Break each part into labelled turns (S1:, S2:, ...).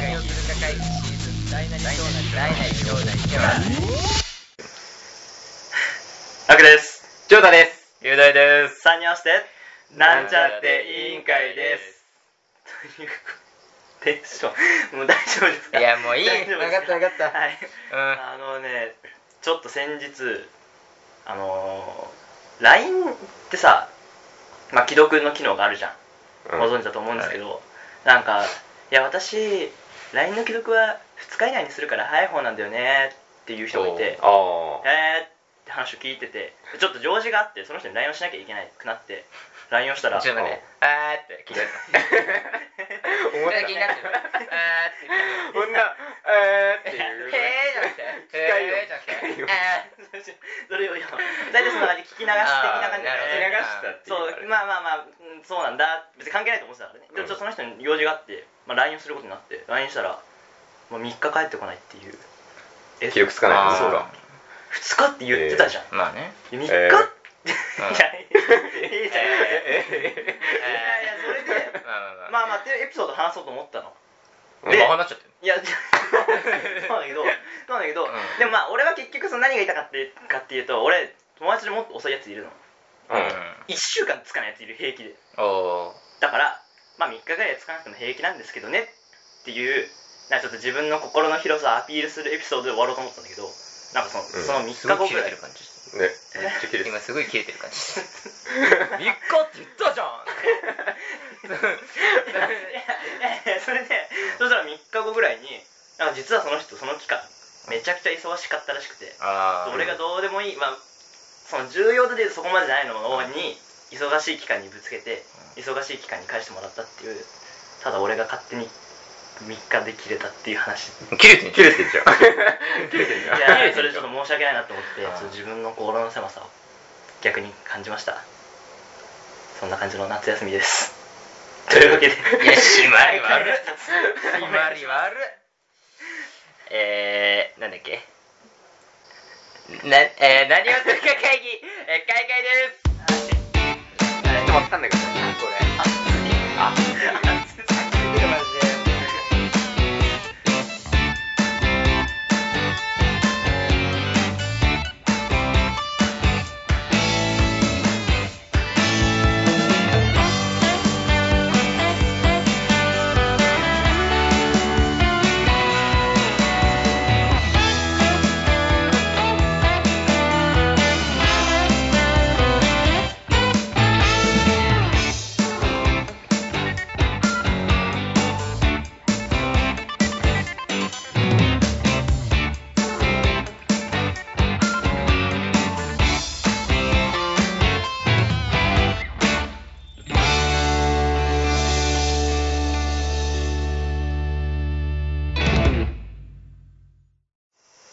S1: 会シーズン大なり小なり大なり小なり兄弟
S2: 楽です。
S3: ジョーダです。
S2: 雄大です。三人合わせて、な
S3: なんん
S2: ち
S3: ち
S2: ゃ
S3: ゃ
S2: っ
S3: ってて
S2: 委
S3: 委
S2: 員
S3: 員
S2: 会
S3: 会
S2: で。
S3: です
S2: ということでテンション、もう大丈夫ですか
S1: いやもういい
S2: 大丈夫です
S1: わかったわかった
S2: はい。
S1: うん
S2: あのね、ちょっと先日、あのー、LINE ってさ、まあ、既読の機能があるじゃん。
S3: うん
S2: ご存知だと思うんですけど、なんか「いや私 LINE の既読は2日以内にするから早い方なんだよね」っていう人がいて
S3: あ
S2: 「えー」って話を聞いててちょっと用事があってその人に LINE をしなきゃいけなくなって LINE をしたら
S1: ちょっ と待ってあーって聞いてる
S3: あ。
S1: そ
S3: 思っ
S1: れ
S3: た
S1: 気になってるあーって
S3: こんな、えーって
S1: 聞いて
S3: いう
S1: る
S3: ね。
S1: へーじゃなくて
S3: 機械
S1: へーじゃな
S3: 音
S1: くて
S3: 機械音
S1: あ
S2: それをいや大体そんな感じ聞き流し的な感じで
S1: あーなるほど流した
S3: っていうあれ
S2: そうまあまあまあうんそうなんだ別に関係ないと思ってたからね、でもちょっとその人に用事があって、まあ、LINE をすることになって LINE したら、まあ、3日帰ってこないっていうえ
S3: 記憶つかない
S1: あ
S3: で
S1: ー
S3: す
S2: そう
S3: か。
S2: 2日って言ってたじゃん、
S1: ーまあね
S2: 3日、い
S3: えー
S2: や
S1: うん
S2: いやいいじゃんいやいやそれで
S1: まあまあまあ
S2: まあまあっていうエピソード話そうと思ったの
S1: まあ
S2: で
S1: 話しちゃってる
S2: いやそうなんだけどそうなんだけど、
S1: うん
S2: でもまあ俺は結局その何が言いたかってかっていうと俺友達でもっと遅いやついるの1週間つかないやついる平気で
S1: うんおー
S2: だからまあ3日ぐらいつかなくても平気なんですけどねっていうなんかちょっと自分の心の広さをアピールするエピソードで終わろうと思ったんだけどなんかその,、
S3: うん
S2: その3
S1: すご
S2: 日後
S1: い切
S2: ぐ
S1: れ
S2: ら
S1: てる
S2: い
S1: 感じして
S3: うん。ね、めっちゃ綺麗
S1: 今
S3: です。
S1: すごい切れてる感じして3日って言ったじゃん
S2: いやいやいやそれで、そしたら3日後ぐらいになんか実はその人その期間めちゃくちゃ忙しかったらしくて
S1: あー
S2: 俺がどうでもいい、まあ、その重要度でそこまでじゃないのに忙しい期間にぶつけて忙しい期間に返してもらったっていうただ俺が勝手に3日で切れたっていう話
S1: 切れてんじ
S3: 切れてんじゃん。切れ
S2: い
S3: てんじ ゃん。
S2: やそ
S3: 切
S2: れ
S3: れ
S2: ち
S3: て
S2: ょ
S3: ん
S2: っ
S3: じゃ
S2: と申
S3: ん
S2: し訳ないなと思って
S1: あー
S2: ちょっと自分の心の狭さを逆に感じましたそんな感じの夏休み ですというわけで
S1: ゃんいや締まり悪い
S2: い
S1: 決まり悪いえー、なんだっけな、えー、何をするか会議、えー、開会です
S3: ちょっとわかんないけど、これ。あ、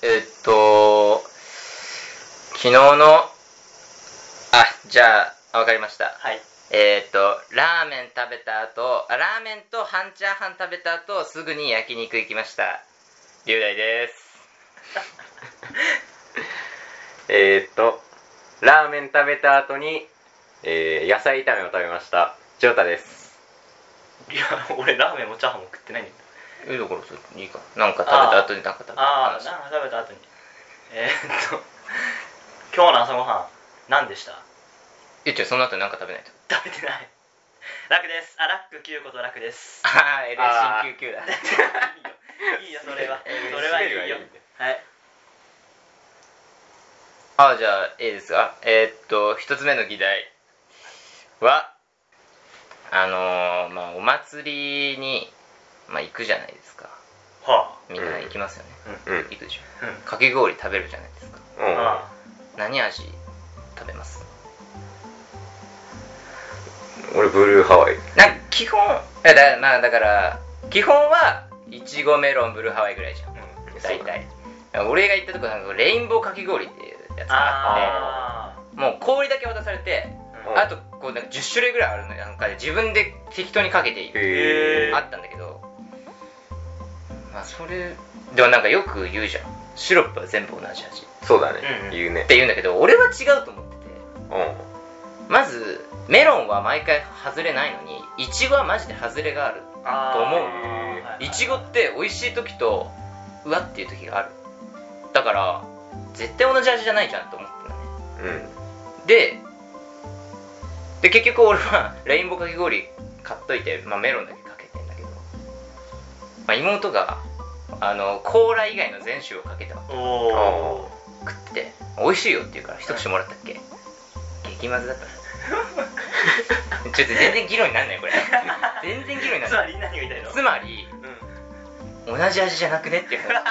S1: えーっと昨日のあじゃああわかりました
S2: はい
S1: えーっとラーメン食べた後あラーメンと半チャーハン食べた後すぐに焼肉行きました龍大 です
S3: えーっと、ラーメン食べた後に、えー野菜炒めを食べました。ジョータです。
S2: いや俺ラーメンもチャーハンも食ってないんだよ
S1: えだからそれいいかなんか食べた後になんか食べた
S2: ああ
S1: 話
S2: なんか食べた後にえー、っと今日の朝ごはん何でした
S1: え違うその後なんか食べないと
S2: 食べてない楽ですあラック9こと楽です
S1: あ あ
S3: あー
S1: LSCQQ だ
S2: いいよいいよそれはそれはいいよはい
S1: ああじゃあいいですかえーっと一つ目の議題はあのーまあお祭りに、まあ、行くじゃないですか
S2: は
S1: みんな行きますよね、
S3: うん。うん。
S1: 行くでしょ
S2: あうん
S1: かき氷食べるじゃないですか
S2: あ
S1: 何味食べます
S3: 俺、ブルーハワイ。
S1: なんか基本えだ,、まあ、だから基本はいちごメロンブルーハワイぐらいじゃん
S2: あうん
S1: 大体俺が行ったとこなんかレインボーかき氷っていうやつがあ
S2: あ
S1: ってもう氷だけ渡されて
S2: ー
S3: うん
S1: あとこうなんか10種類ぐらいあるのなんかで自分で適当にかけていく
S3: へ
S1: あったんだけどまあそれでもなんかよく言うじゃんシロップは全部同じ味っ
S3: そうだね
S2: うんうん。
S3: 言うね。
S1: て言うんだけど俺は違うと思ってて
S3: う
S1: まずメロンは毎回外れないのにいちごはマジで外れがある
S2: あー
S1: と思う
S2: はいはい
S1: いちごって美味しい時とうわっていう時があるだから絶対同じ味じゃないじゃんと思ってたね
S3: うん
S1: でで結局俺は レインボーかき氷買っといて、まあ、メロンだけかけてんだけど、まあ、妹があのコーラ以外の全種をかけた
S2: おお
S1: 食ってて美味しいよって言うから一口もらったっけ激まず だったなちょっと全然議論になんないこれ全然議論になん
S2: つ
S1: な
S2: ま
S1: い
S2: り何が言いたいの
S1: つまり
S2: う
S1: 同
S2: ん
S1: じ味じゃなくねっていう話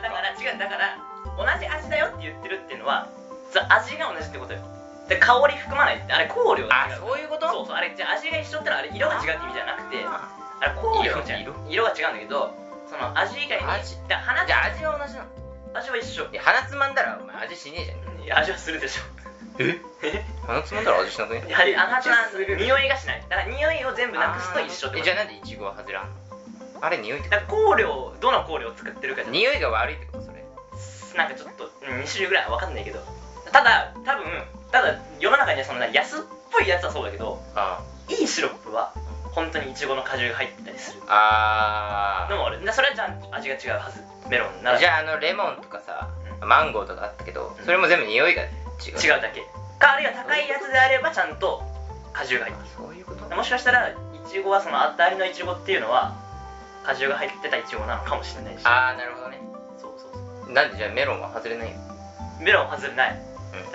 S2: あーだから違うだから同じ味だよって言ってるっていうのはそ味が同じってことよで香り含まないってあれ香料が
S1: あ
S2: 違う
S1: そういうこと
S2: そうそうあれじゃあ味が一緒ってのはあれ色が違うって意味じゃなくてあ
S1: あ
S2: れ香料じゃん
S1: 色
S2: 色が違うんだけどその味以外に
S1: 味
S2: だから
S1: ーじゃあ味は
S2: 鼻
S1: 同じなの
S2: 味は一緒
S1: いや鼻つまんだらお前味しねえじゃん
S2: いや味はするでしょ
S1: え
S2: え
S1: 鼻つまんだら味しなくね
S2: やはりあなたは匂いがしないだから匂いを全部なくすと一緒って
S1: え
S2: こ
S1: じ
S2: と
S1: ゃあなんでイチゴは外れあんのあれ匂いってこ
S2: だから香料をどの香料を作ってるか
S1: と
S2: じゃ
S1: 匂いが悪いってことそれ
S2: なんかちょっと2種類ぐらいは分かんないけどただ多分ただ世の中にはそのな安っぽいやつはそうだけど
S1: あ
S2: いいシロップは本当にイチゴの果汁が入ってたりする
S1: あ
S2: でも俺でそれはじゃん味が違うはずメロンなら
S1: ーじゃああのレモンとかさ
S2: う
S1: マンゴーとかあったけどそれも全部匂いが違う
S2: 違うだけかあるいは高いやつであればちゃんと果汁が入って
S1: あそういうこと
S2: るもしかしたらイチゴはそのあたりのイチゴっていうのは果汁が入ってたイチゴなのかもしれないし
S1: ああなるほどね
S2: そうそうそ
S1: なんでじゃあメロンは外れないよ
S2: うメロン外れない、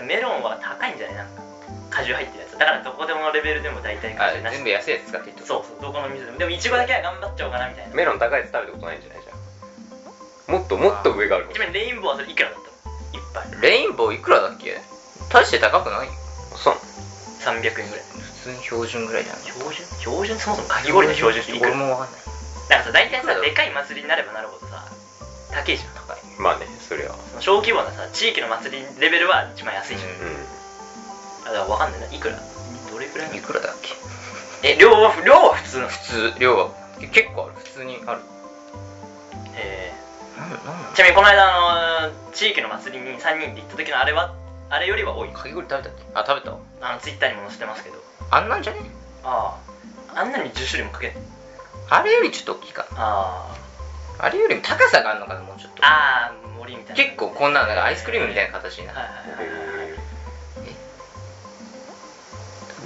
S2: メロンは高いんじゃないなんか果汁入ってるやつだからどこでものレベルでも大体
S1: あ
S2: 果汁なし
S1: 全部安いやつ使っていいってこと
S2: そうそうどこの水でもでもイチゴだけは頑張っちゃおうかなみたいな
S3: メロン高いやつ食べたことないんじゃないじゃんもっともっと上があるかも
S2: ちなみにレインボーはそれいくらだったの一杯
S1: レインボーいくらだっけ大して高くないよ
S3: そう
S2: 300円ぐらい
S1: 普通に標準ぐらいだよね
S2: 標準標準そもそもかき氷の標準っていく
S1: 俺
S2: らな
S1: もわ
S2: んか
S1: かんない
S2: さ大体
S1: いくらだろ
S2: さ
S1: う
S2: でかい祭りになればなるほどさ高いじゃん
S1: 高い
S3: まあねそれは
S2: その小規模なさ地域の祭りレベルは一番安いじゃん、
S1: う
S3: う
S2: あだから分かんないないくらどれくらい
S1: いくらだっけ
S2: え量は量は普通なの
S1: 普通量は結構ある普通にある
S2: え
S1: なんなんな
S2: ー
S1: の
S2: ちなみにこの間あのー地域の祭りに3人で行った時のあれはあれよりは多い
S1: かき氷食べたっけあ食べたわ
S2: あのツイッターにも載せてますけど
S1: あんなんじゃね
S2: あああんなに10種類もかけ
S1: あれよりちょっと大きいかな
S2: あ
S1: あれよりも高さがあるのかなもうちょっ
S2: あ
S1: と
S2: ああ森みたいな
S1: 結構こんなのなんかアイスクリームみたいな形にな
S2: はい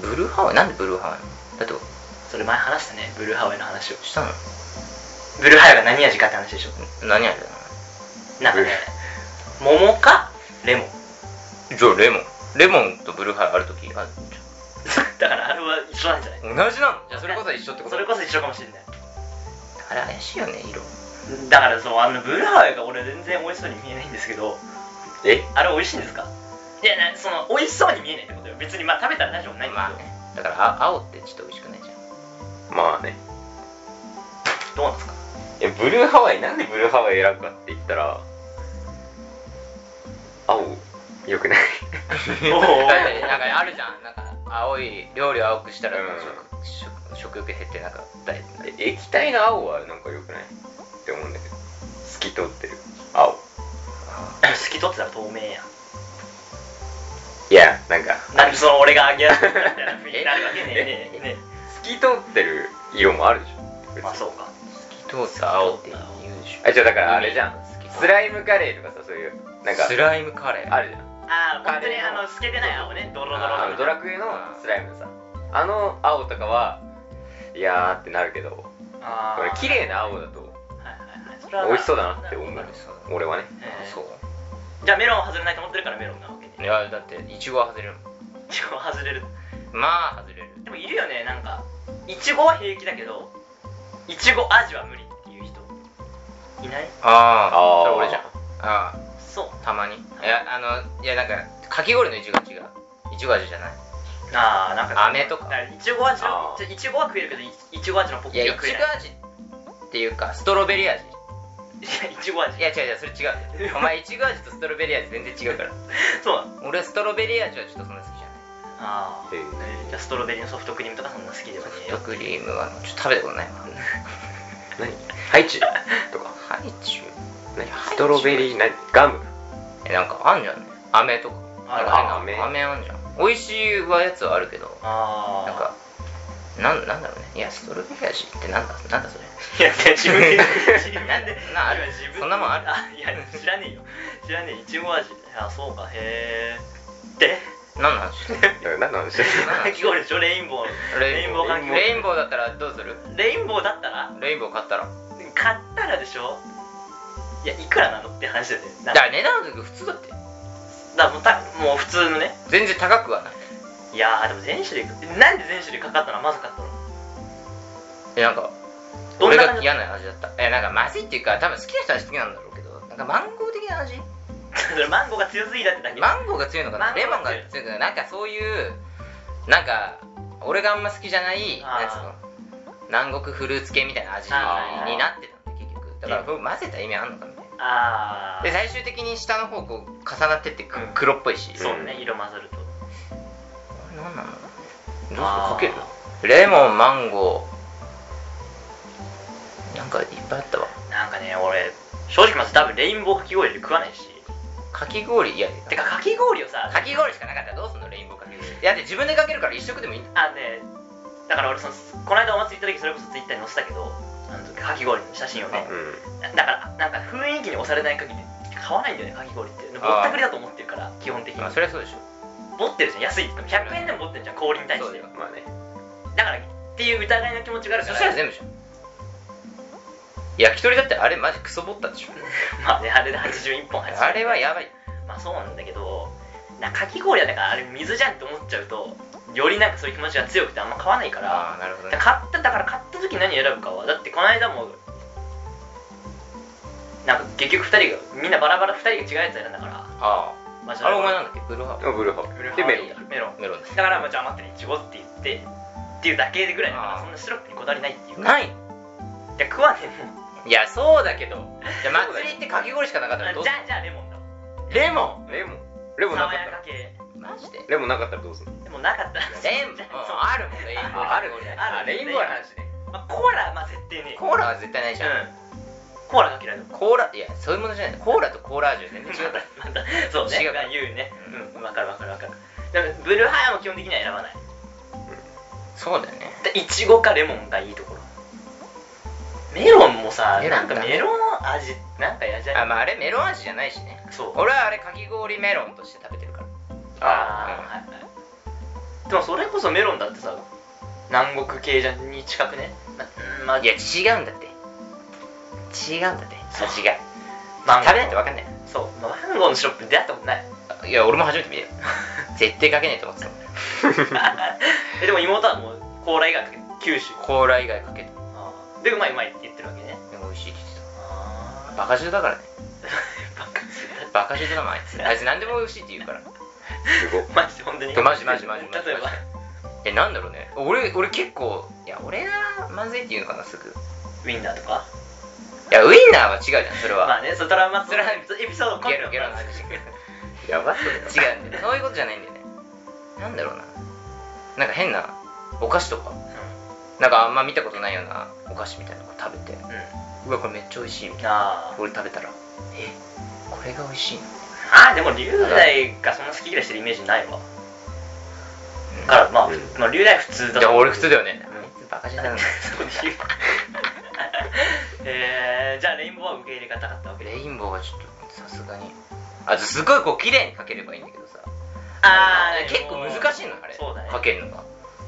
S1: る
S2: はいはいはい
S3: ん
S1: ブルーハワイなんでブルーハワイなのだって
S2: それ前話したねブルーハワイの話を
S1: したの
S2: ブルーハワイが何味かって話でしょ
S1: 何味だ
S2: なんかね桃かレモン
S1: なじゃあレモンレモンとブルーハワイある時あるじ
S2: だからあれは一緒なんじゃない
S1: ゃん同じなのじゃあそれこそ一緒ってこと
S2: それこそ一緒かもしれない
S1: あれ怪しいよね色
S2: だからそうあのブルーハワイが俺全然美味しそうに見えないんですけど
S3: え
S2: あれ美味しいんですかいやなその美味しそうに見えないってことよ別にまあ食べたら大丈夫ないんだ
S1: ま
S2: け
S1: あ
S2: ど、
S1: ねだからあ青ってちょっと美味しくないじゃん
S3: まあね
S2: どうなん ですか
S3: いやブルーハワイなんでブルーハワイ選ぶかって言ったら青よくない
S2: おー
S1: だって なんかあるじゃんなんか青い料理を青くしたら
S3: うん
S1: 食食食欲減ってなんかダイエットになる
S3: え液体の青はなんかよくないって思うんだけど透き通ってる青
S2: 透き通ってたら透明やん
S3: いやなんか
S2: なんでその俺が揚げ足みたいな雰囲気になるわけね えねえね
S3: 透き通ってる色もあるでし
S2: え
S3: ょ
S2: まあそうか
S1: 透き通った青って言うでしょ
S3: あじゃあだからあれじゃん
S1: 海
S3: スライムカレーとかさそういうなんか
S1: スライムカレー
S3: あるじゃん
S2: ああ本当
S3: カ
S2: に
S3: レー
S2: あ
S3: の
S2: の透けてない青ねドロドロの
S3: あのドラクエのスライムのさあの青とかはいやーってなるけど
S2: あ
S3: これ綺麗な青だと
S2: はいはいはいそれは
S3: 美味しそうだなって思う
S1: 美味しそうだ
S3: 俺はね
S2: えー
S1: そう
S2: じゃあメロンは外れないと思ってるからメロンなわけで
S1: いやだってイチゴは外れるも
S2: イチゴは外れる
S1: んまあ外れる
S2: でもいるよねなんかイチゴは平気だけどイチゴ味は無理っていう人いない
S1: あ
S3: あー
S1: それ俺じゃんあ
S2: そう
S1: あたまにいやあのいやなんかかき氷のイチゴは違うイチゴ味じゃない
S2: ああなんか
S1: 飴とか
S2: だらイチゴ味の
S3: あー
S2: じゃあイチゴは食えるけどイイチゴ味のポッ
S1: い
S2: キ
S1: や
S2: ー
S1: イ
S2: は
S1: チ
S2: 食えない
S1: ゴ味っていうかストロベリー味
S2: い やイチゴ味
S1: いや違う違うそれ違うお前イチゴ味とストロベリー味全然違うから
S2: そうなの
S1: 俺はストロベリー味はちょっとそんな好きじゃない
S2: あ
S3: へ
S2: あ
S3: ー
S2: じゃあストロベリーのソフトクリームとかそんな好きではねえ
S1: ソ
S2: よ
S1: フトクリームはちょっと食べたことないわ
S3: 何ハイチュウとか
S1: ハイチュウ
S3: 何ストロベリー何ガム
S1: えなんかあんじゃんね飴とか
S2: ある
S1: なんか
S3: ある
S1: 変な飴あんじゃん美味しいはやつはあるけど
S2: ああ
S1: なんかなんなんだろうねいやストロベリア味ってなんだなんだそれ
S2: いや自 分で自分で
S1: なんでなある
S2: いや自分で
S1: そんなもんある
S2: いや知らねえよ知らねえいちご味あそうかへえで
S1: 何の話 してんの
S3: 何の話してる
S2: か き氷でしょレインボーレインボーかき氷
S1: レインボーだったらどうする
S2: レインボーだったら
S1: レインボー買ったら
S2: 買ったらでしょいやいくらなのって話だよね
S1: だ
S2: なだ
S1: か
S2: から
S1: 値段の時普通だって
S2: らもうたもう普通のね
S1: 全然高くはない
S2: いやーでも全種類なんで全種類かかったのまずかったの
S1: えなんか
S2: どん
S1: 俺
S2: な感
S1: が
S2: じだ
S1: 嫌な味だったえなんかまずいっていうか多分好きな人は好きなんだろうけどなんかマンゴー的な味
S2: それマンゴーが強すぎだってだけ
S1: マンゴーが強いのかな
S2: マンゴ
S1: レ
S2: ー
S1: モ
S2: が
S1: ンが
S2: 強い
S1: 強いのかななんかそういうなんか俺があんま好きじゃない
S2: あー
S1: なんつうの南国フルーツ系みたいな味に
S2: あー
S1: なってたんで結局だからこれ混ぜた意味あんのかみたいな
S2: あ
S1: で
S2: あ
S1: 最終的に下の方こう重なってってく
S2: うん
S1: 黒っぽいし、
S2: そうね色混ざると
S1: これ何なんだろうねどうする
S2: あー
S1: かけるレモンマンゴーなんかいっぱいあったわ
S2: なんかね俺正直まず多分レインボーかき氷で食わないし
S1: かき氷いや
S2: てかかき氷をさ
S1: かき氷しかなかったらどうすんのレインボーかき氷いやで自分でかけるから一食でもいいんだ
S2: あのねだから俺そのこの間お祭り行った時それこそツイッターに載せたけどあのかき氷の写真をねだからなんか雰囲気に押されない限り買わないんだよねかき氷ってぼったくりだと思ってるから基本的に
S1: まあそれはそうでしょ
S2: 持ってるじゃん安いって100円でも持ってるじゃん氷に対
S1: そ
S2: し
S1: うだ
S2: て
S1: よ
S2: だ
S3: うんまあね
S2: からっていう疑いの気持ちがある
S1: そ
S2: から
S1: したら全部じゃん焼き鳥だってあれマジクソボったでしょ
S2: まあねあれで81本80
S1: あれはやばい
S2: まあそうなんだけどなかき氷はだからあれ水じゃんって思っちゃうとよりなんかそういう気持ちが強くてあんま買わないから
S1: ああなるほど
S2: だ
S1: ね
S2: から買っただから買った時何選ぶかはだってこの間もなんか結局2人がみんなバラバラ2人が違うやつ選んだから
S1: あ
S2: まあ
S1: ああれお前なんだ
S2: だ
S1: っけブルーハー
S3: あブルーハ
S2: ブルー
S3: ー
S2: ハ
S3: でメロン
S2: ワイメロン
S1: メロンだ
S2: だからまあじゃあ余ってるいちごって言ってっていうだけぐらいだか
S1: あー
S2: らそんなシロップにこだわりないっていうか
S1: ない
S2: じゃあ食わねえもん
S1: いやそうだけどじゃあ祭りってかき氷しかなかったらどう
S2: じゃあじゃあレモンだわ
S1: レモン
S3: レモンレモンな
S2: 爽
S3: かっ
S2: や
S3: たら
S2: か系
S1: マジで
S3: レモンなかったらどうするの
S2: でもなかったら
S1: レモン
S2: そう
S1: あるもんレインボー
S2: あるあ
S1: あ
S2: る
S1: レインボーの話ね
S2: まあ、コーラはまあ絶対ね
S1: コーラは絶対ないじゃん、
S2: うんコーラが嫌いだもん
S1: コーラいやそういうものじゃないコーラとコーラ味は全然違うから
S2: またそうね
S1: 違う
S2: が言うねうんわかるわかるわかるだからブルーハイも基本的には選ばない
S1: そうだよね
S2: でいちごかレモンがいいところメロンもさ
S1: メロ
S2: な
S1: ン
S2: ん
S1: か
S2: かメロン味なんか嫌じゃ
S1: あ
S2: ん
S1: まああれメロン味じゃないしね
S2: そう
S1: 俺はあれかき氷メロンとして食べてるから
S2: あーはいはいでもそれこそメロンだってさ南国系じゃんに近くねまうんまあ
S1: いや違うんだって違うんだって
S2: そう
S1: 違う
S2: マン
S1: 食
S2: ゴー
S1: べないと分かんない
S2: そう、まあ、マンゴーのシロップに出会ったこと ない
S1: いや俺も初めて見たよ絶対かけねえと思ってたもん
S2: えでも妹はもうコーラ以外かけ九州
S1: コーラ以外かけて
S2: でうまいうまいって言ってるわけね
S1: でも美味しいって言って
S2: あ
S1: た
S2: バ
S1: バカ 中だからね
S2: カ
S1: バカ中だなあいつあいつ何でも美味しいって言うからい
S3: すごい
S2: マジで本当に
S1: マジマジマジマジ
S2: 例えば
S1: やなんだろうね俺俺結構いや俺がまずいって言うのかなすぐい
S2: ウィンナーとか
S1: やウインナーは違うじゃんそれは、
S2: まあねそれトラウマ
S1: それは
S2: エピソードコン
S1: ゲ
S2: テナ
S1: ロゲロの話
S3: やばそれ
S1: 違うんだよそういうことじゃないんだよねなんだろうななんか変なお菓子とかなんかあんま見たことないようなお菓子みたいなのを食べて
S2: うん、うん
S1: うわこれめっちゃ美味しいみたいな
S2: あー
S1: 俺食べたらえこれが美味しいの、
S2: あーでも龍大がそんな好き嫌いしてるイメージないわ
S1: うん、
S2: からまあ、
S3: うん
S2: まあ龍大普通だ
S1: いや俺普通だよね、
S2: うん
S1: あいつバカじゃないの
S2: そう理由えー、じゃあレインボーは受け入れがたかったわけで
S1: レインボーはちょっとさすがにあとすごいこう綺麗に描ければいいんだけどさ
S2: あー
S1: 結構難しいのよあれ
S2: そうだね
S1: 描けるのが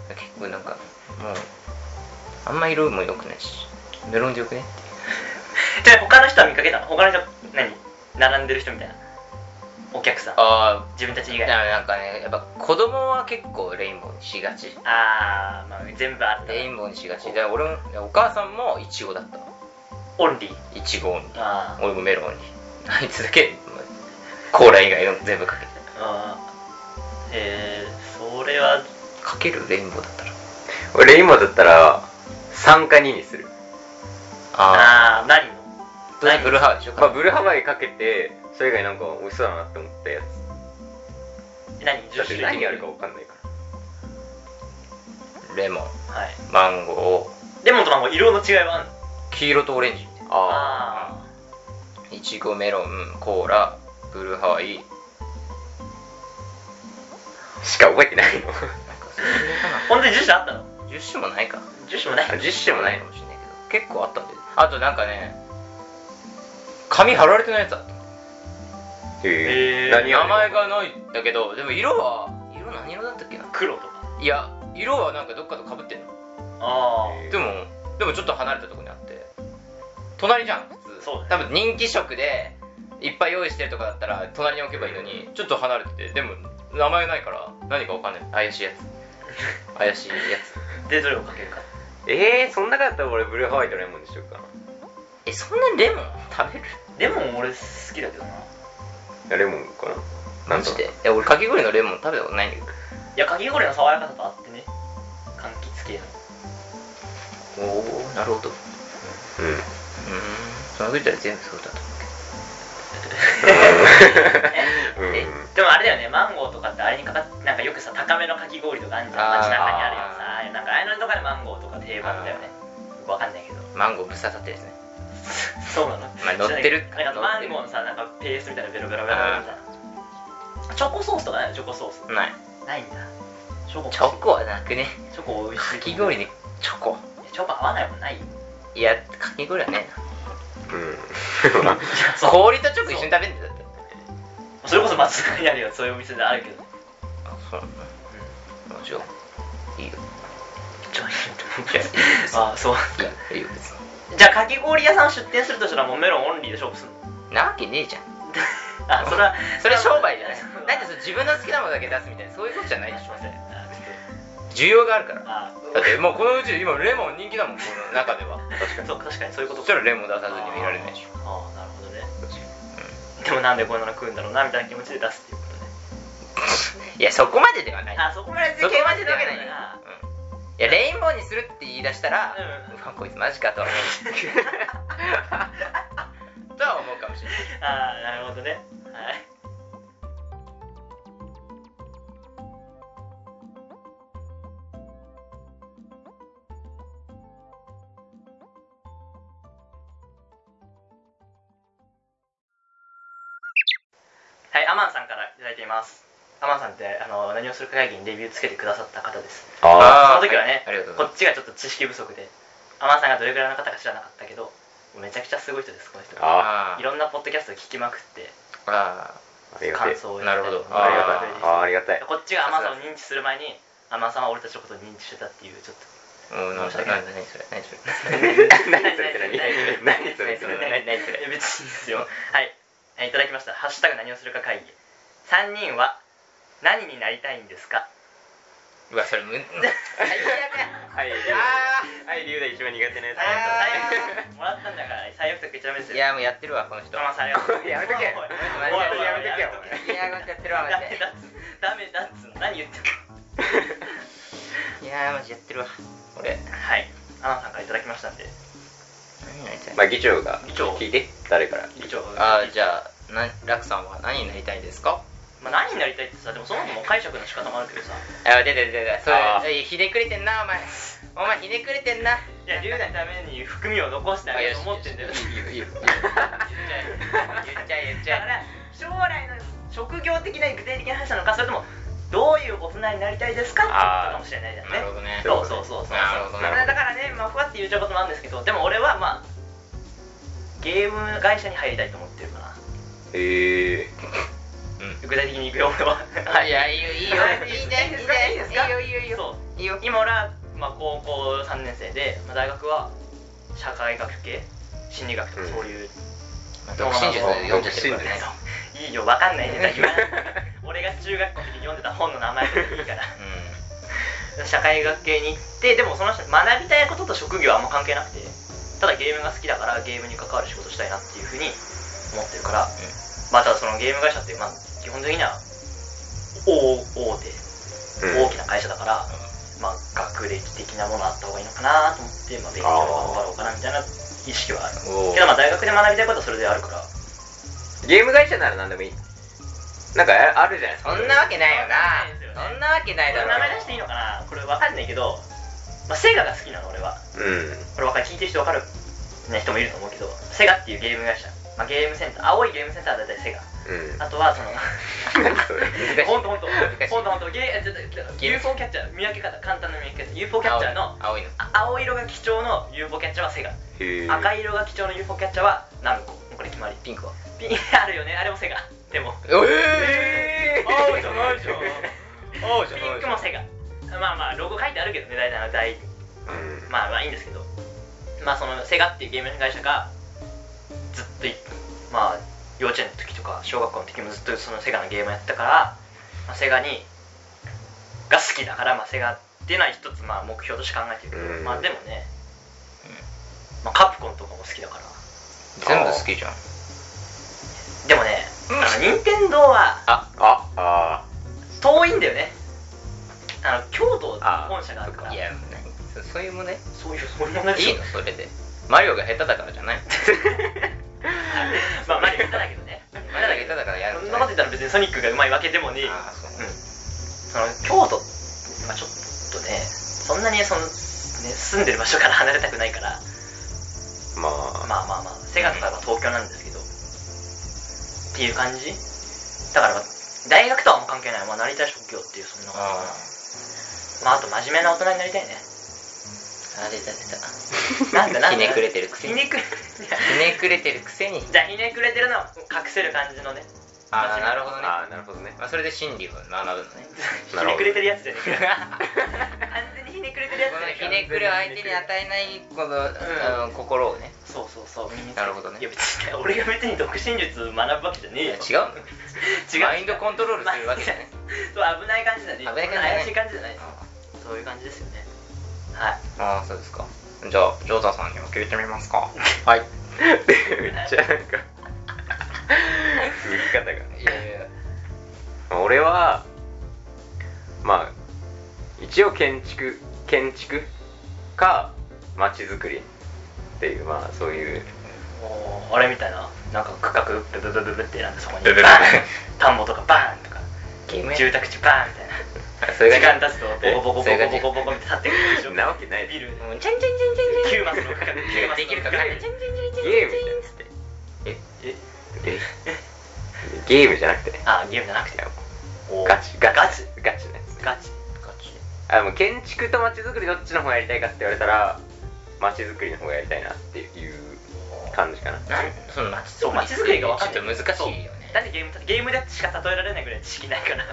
S1: 結構なんかもうあんま色も良くないしメロンでよくね
S2: じゃあ他の人は見かけたの他の人何並んでる人みたいなお客さん
S1: ああ
S2: 自分たち以
S1: いや
S2: 外あ
S1: なんかねやっぱ子供は結構レインボーにしがち
S2: あーまあ全部あった
S1: レインボーにしがちで俺もいやお母さんもイチゴだったわ
S2: オンリー
S1: イチゴに
S2: あー
S1: 俺もメロンにあいつだけまあコーラ以外の全部かけて
S2: あーえー、それは
S1: かけるレインボーだったら
S3: 俺今だったら3か2にする
S1: ああ
S2: ああー何の
S1: どうせブルーハワイでしょ
S3: まあブルーハワイかけてそれ以外なんか美味しそうだなって思ったやつ
S2: 何
S3: だ
S2: 10
S3: って
S2: 種類
S3: 何あるか分かんないか
S1: レモン
S2: はい
S1: マンゴ
S2: レモンとマンゴー色の違いはあるの
S1: ー黄色とオレンジみたいな
S3: らあ
S2: あ
S1: いちごメロンコーラブルーハワイなん
S3: あしか覚えてないの
S1: かそういうか
S2: あ本当に10種あったの
S1: な10種もないか
S2: 樹脂もない
S3: あ樹脂もない
S1: かもしれないけど結構あったんであとなんかね紙貼られてないやつあった
S3: へ
S2: へ
S3: え
S2: え
S3: 何
S1: 名
S3: が
S1: 前がないんだけどでも色は色何色だったっけな
S2: 黒とか
S1: いや色はなんかどっかとかぶってんの
S2: あ
S3: へえ
S1: でもでもちょっと離れたとこにあって隣じゃん普通
S2: そうだね
S1: 多分人気色でいっぱい用意してるとかだったら隣に置けばいいのにちょっと離れててでも名前ないから何かわかんない怪しいやつ怪しいやつ
S2: あでどれをかけるか
S3: えー、そん中だったら俺ブルーハワイとレモンにしようか
S1: えそんなレモン食べる
S2: レモン俺好きだけどない
S3: やレモンかなな
S1: マ
S3: んと
S1: ジ
S3: なく
S1: でいや俺かき氷のレモン食べたことないんだけど
S2: いやかき氷の爽やかさとあってね柑橘系の
S1: おおなるほどう
S3: うん
S1: ーんその時言ったら全部そうだと思うけど
S3: うん
S1: え
S2: でもあれだよねマンゴーとかってあれにかかっなんかよくさ高めのかき氷とかあんじゃん街中にあるよ
S1: あー
S2: さああいうなんかああいうのとかでマンゴーとか定番だよねわかんないけど
S1: マンゴーぶっ刺さってですね
S2: そうなの
S1: まあ乗ってる
S2: なんかマンゴーのさなんかペーストみたいなベロベロベロベロみたいなチョコソースとかないのチョコソース
S1: ない
S2: ないんだチョコ
S1: チョコはなくね
S2: チョコ美味し
S1: か
S2: い
S1: き氷にチョコ
S2: チョコ合わないもんないよ
S1: いやかき氷はね
S3: うん
S1: えな氷とチョコ一緒に食べるんだよだって
S2: それこそ街中にあるよそういうお店であるけど
S1: あそうなんだ面白いいいよ
S2: ちょい
S1: いやいいです
S2: あ そう
S1: いいよいいよ別に
S2: じゃあかき氷屋さんを出店するとしたらもうメロンオンリーで勝負するの
S1: なわけねえじゃん
S2: あそれは
S1: それ商売じゃない
S2: そう
S1: だって それ自分の好きなものだけ出すみたいなそういうことじゃないでし
S2: すいませんあちょっ
S1: ょ需要があるから
S2: とあ
S1: だってもうこのうち今レモン人気だもんこの中では
S3: 確かに
S2: そう確かにそういうこと
S1: そしたらレモン出さずにはいられないでしょ
S2: ああなるほどねでもなんでこんなの食うんだろうなみたいな気持ちで出すっていうことね
S1: いやそこまでではない
S2: あそこまで
S1: そこまででは
S2: だ
S1: な
S2: け
S1: い
S2: だ
S1: よ、
S2: な
S1: うん、いやレインボーにするって言い出したら、
S2: う
S1: うんわこいつマジかとは思う とは思うかもしれない
S2: ああなるほどねはいはいアマンさんからいただいていますアマンさんってあの何をするか会議にレビューつけてくださった方です
S3: あ
S1: あー
S2: その時はね、
S1: はいありがとうございます
S2: こっちがちょっと知識不足でアマンさんがどれくらいの方か知らなかったけどめちゃくちゃすごい人ですこの人
S3: あ
S1: あ
S3: あ
S2: いろんなポッドキャストを聞きまくって
S1: あ
S3: ありがたい
S2: 感想を
S1: なるほど
S3: ありが
S1: あ
S3: たいあーありがたい
S2: こっちがアマンさんを認知する前にアマンさんは俺たちのことを認知してたっていうちょっと
S1: うんなんだなんだ何それ何そ れ
S3: 何それって何何それって何
S1: 何何それ
S2: いや別にいいですよはい、はい、いただきました「ハッシュタグ何をするか会議」3人は何になりたいんですか
S1: うわそれむ最悪や
S3: はい龍
S1: あ
S3: はい龍大一番苦手なやつ
S1: あー
S2: 最悪もらったんだから最悪と一番目です
S1: ー
S2: よ
S1: いやもうやってるわこの人
S2: アマンさんありがとうございます
S3: やめとけ
S2: おいおい
S1: マジ
S2: おい
S1: でやめ
S3: とけよ
S2: おい
S1: いやマジでやってるわマ
S2: ダ
S1: ジ
S2: メ
S1: で
S2: だっつダメだっつ何言ってん
S1: いやーマジやってるわ俺
S2: のはいアマンさんからいただきましたんで
S1: 何になりたい、
S3: まあ議長が
S2: 議長
S3: 聞いて誰から
S2: 議長
S1: あーじゃあな楽さんは何になりたいですか
S2: まあ、何になりたいってさでもそもそも解釈の仕方もあるけどさい
S1: あ出て出て出てそ
S3: あ
S1: れえひねくれてんなお前お前ひねくれてんな
S2: や龍大のために含みを残してあげようと思ってんだよ
S1: いいよいいよいいよ言っちゃえ言っちゃえ言っち
S2: だか
S1: ゃ
S2: ら将来の職業的な具体的な話なのかそれともどういう大人になりたいですかってことかもしれないじゃん
S1: あ
S2: ね
S1: ーなるほどね
S2: そうそうそうそう
S1: なるほど
S2: だ
S1: な
S2: からだからね、まあ、ふわって言っちゃうこともあるんですけどでも俺はまあゲーム会社に入りたいと思ってるから
S3: ええ
S2: 具体的にいくよ俺は は
S1: えいやいいよいいよいいねいいね
S2: いいですか
S1: いいよいいよいいよ
S2: そう
S1: いいよ
S2: 今俺は、まあ、高校3年生で、まあ、大学は社会学系心理学とかそういう、
S1: 独身術読んじゃってるからね
S2: いいよわかんないね今 俺が中学校の時に読んでた本の名前とかいいから 社会学系に行ってでもその人学びたいことと職業はあんま関係なくてただゲームが好きだからゲームに関わる仕事したいなっていうふうに思ってるから、まあただそのゲーム会社って、まあ、基本的には大大手
S3: うん
S2: 大きな会社だから、まあ、学歴的なものあった方がいいのかなと思って、まあ、勉強頑張ろうかなみたいな意識はある
S1: うんお
S2: けど、
S1: ー
S2: まあ、大学で学びたいことはそれであるから
S3: ゲーム会社なら何でもいいなんかああるじゃないです
S1: そ
S3: か
S1: んなわけないよな
S2: そうなんですよね
S1: そんなわけない
S2: こ
S1: だ
S2: れ
S1: ろ
S2: 名前出していいのかなこれわかんないけど、まあ、セガが好きなの俺は
S3: うん
S2: これわかる聞いてる人わかる、ね、人もいると思うけどセガっていうゲーム会社、まあ、ゲームセンター青いゲームセンターは大体セガ
S3: うん
S2: あとはそ の
S1: 難しい
S2: 本当本当
S1: 難しい
S2: 本当本当ゲーえちょっと
S1: ゲー
S2: UFO キャッチャー見分け方簡単な見分け方 UFO キャッチャーの
S1: 青いの
S2: あ青色が基調の UFO キャッチャーはセガ
S3: へえ
S2: 赤色が基調の UFO キャッチャーはナルコもうこれ決まり
S1: ピンクは
S2: ピン あるよねあれもセガでも
S1: え
S2: 青じゃないじゃん
S1: 青
S2: ピンクもセガまあまあロゴ書いてあるけどね大体の大
S3: うん
S2: まあまあいいんですけどまあそのセガっていうゲーム会社がずっといまあ幼稚園の時とか小学校の時もずっとそのセガのゲームやったから、まあ、セガにが好きだから、まあ、セガっていうのは一つまあ目標として考えてるけど、
S3: うん
S2: まあでもね、まあ、カプコンとかも好きだから
S1: 全部好きじゃん
S2: でもね、
S1: うん
S2: あの任天堂は
S3: あああ
S2: 遠いんだよねあの京都
S3: あ
S2: 本社があるから
S1: いや何そそういう問題い
S2: そういう そういう問題でしょ
S1: いのそれでマリオが下手だからじゃないの
S2: まあマリオ下手だけどねマリオだけ
S1: 下手
S2: ど
S1: だからやる
S2: そ
S1: んじ
S2: んな
S1: ゃ
S2: こ
S1: な
S2: と
S1: い
S2: 言ったら別にソニックがうまいわけでもねえよ
S1: ああそううんなんだ
S2: その京都まあちょっとねそんなにその、ね、住んでる場所から 離れたくないから
S3: ま
S2: まあ
S3: あ
S2: まあまあセガとかは東京なんですけどっていう感じだから大学とはもう関係ない、まあ、なりたい職業っていうそんな感
S1: あ
S2: じまああと真面目な大人になりたいね
S1: あ出た出た
S2: なんだなんだ
S1: ひねくれてるくせ
S2: ひ
S1: に
S2: ねくれ
S1: ひねくれてるくせに
S2: じゃあひねくれてるのは隠せる感じのね
S1: ああなるほどね
S3: ああなるほどね
S1: まあ、それで心理を学ぶの ね
S2: ひ
S3: なるほど
S2: ねくれてるやつじゃ ねえか
S1: こ
S2: 完全にひねくれてるやつじゃ
S1: の
S2: ねえか
S1: ひねくれを相手に与えないこの,、あの心をね
S2: そうそうそう身につけて
S1: なるほどね
S2: いや別に俺が別に独身術学ぶわけじゃねえ
S1: い
S2: よ
S1: や違うの
S2: 違う
S1: マインドコントロールするわけじゃない
S2: そう危ない感じだね
S1: 危ない感じだね
S2: 怪しい感じじゃないそういう感じですよねはい
S1: ああそうですかじゃあジョータさんにも聞いてみますか
S3: はい めっちゃなんか続き方が
S1: いやいや
S3: まあ俺はまあ一応建築建築かまちづくりっていうまあそういう
S2: おーあれみたいななんか区画ブブブブブってなんかそこに
S3: ブ
S2: バ
S3: ブブ
S2: ーン田んぼとかバーンとか
S1: ゲームや
S2: 住宅地バーンみたいな
S1: それが
S2: 時間経つと
S3: え
S2: ボコボコボコ
S1: それが
S2: ボコボコボコって立ってくるでしょ
S3: なわけない
S2: ビル
S1: もうチャンチャンチャンチャンチャン
S2: 9マスの区画9マスの
S1: できる
S2: 区
S1: か
S2: 画
S1: 分かんないチ
S3: ゲーム
S1: ャンチャンチャンチャン
S3: ゲーム
S2: え
S3: じゃなくてえゲームじゃなくて
S2: あゲームじゃなくておー
S3: ガチガチ
S2: ガチ
S3: ガチね
S2: ガチ
S1: ガチ
S3: あもう建築とまちづくりどっちの方やりたいかって言われたらまちづくりの方やりたいなっていう感じかな
S1: なんその街
S2: そう街づくりが分かんない
S1: ちょっと難しいよ
S2: だっ
S1: ね
S2: てゲームゲームだってしか例えられないぐらい知識ない から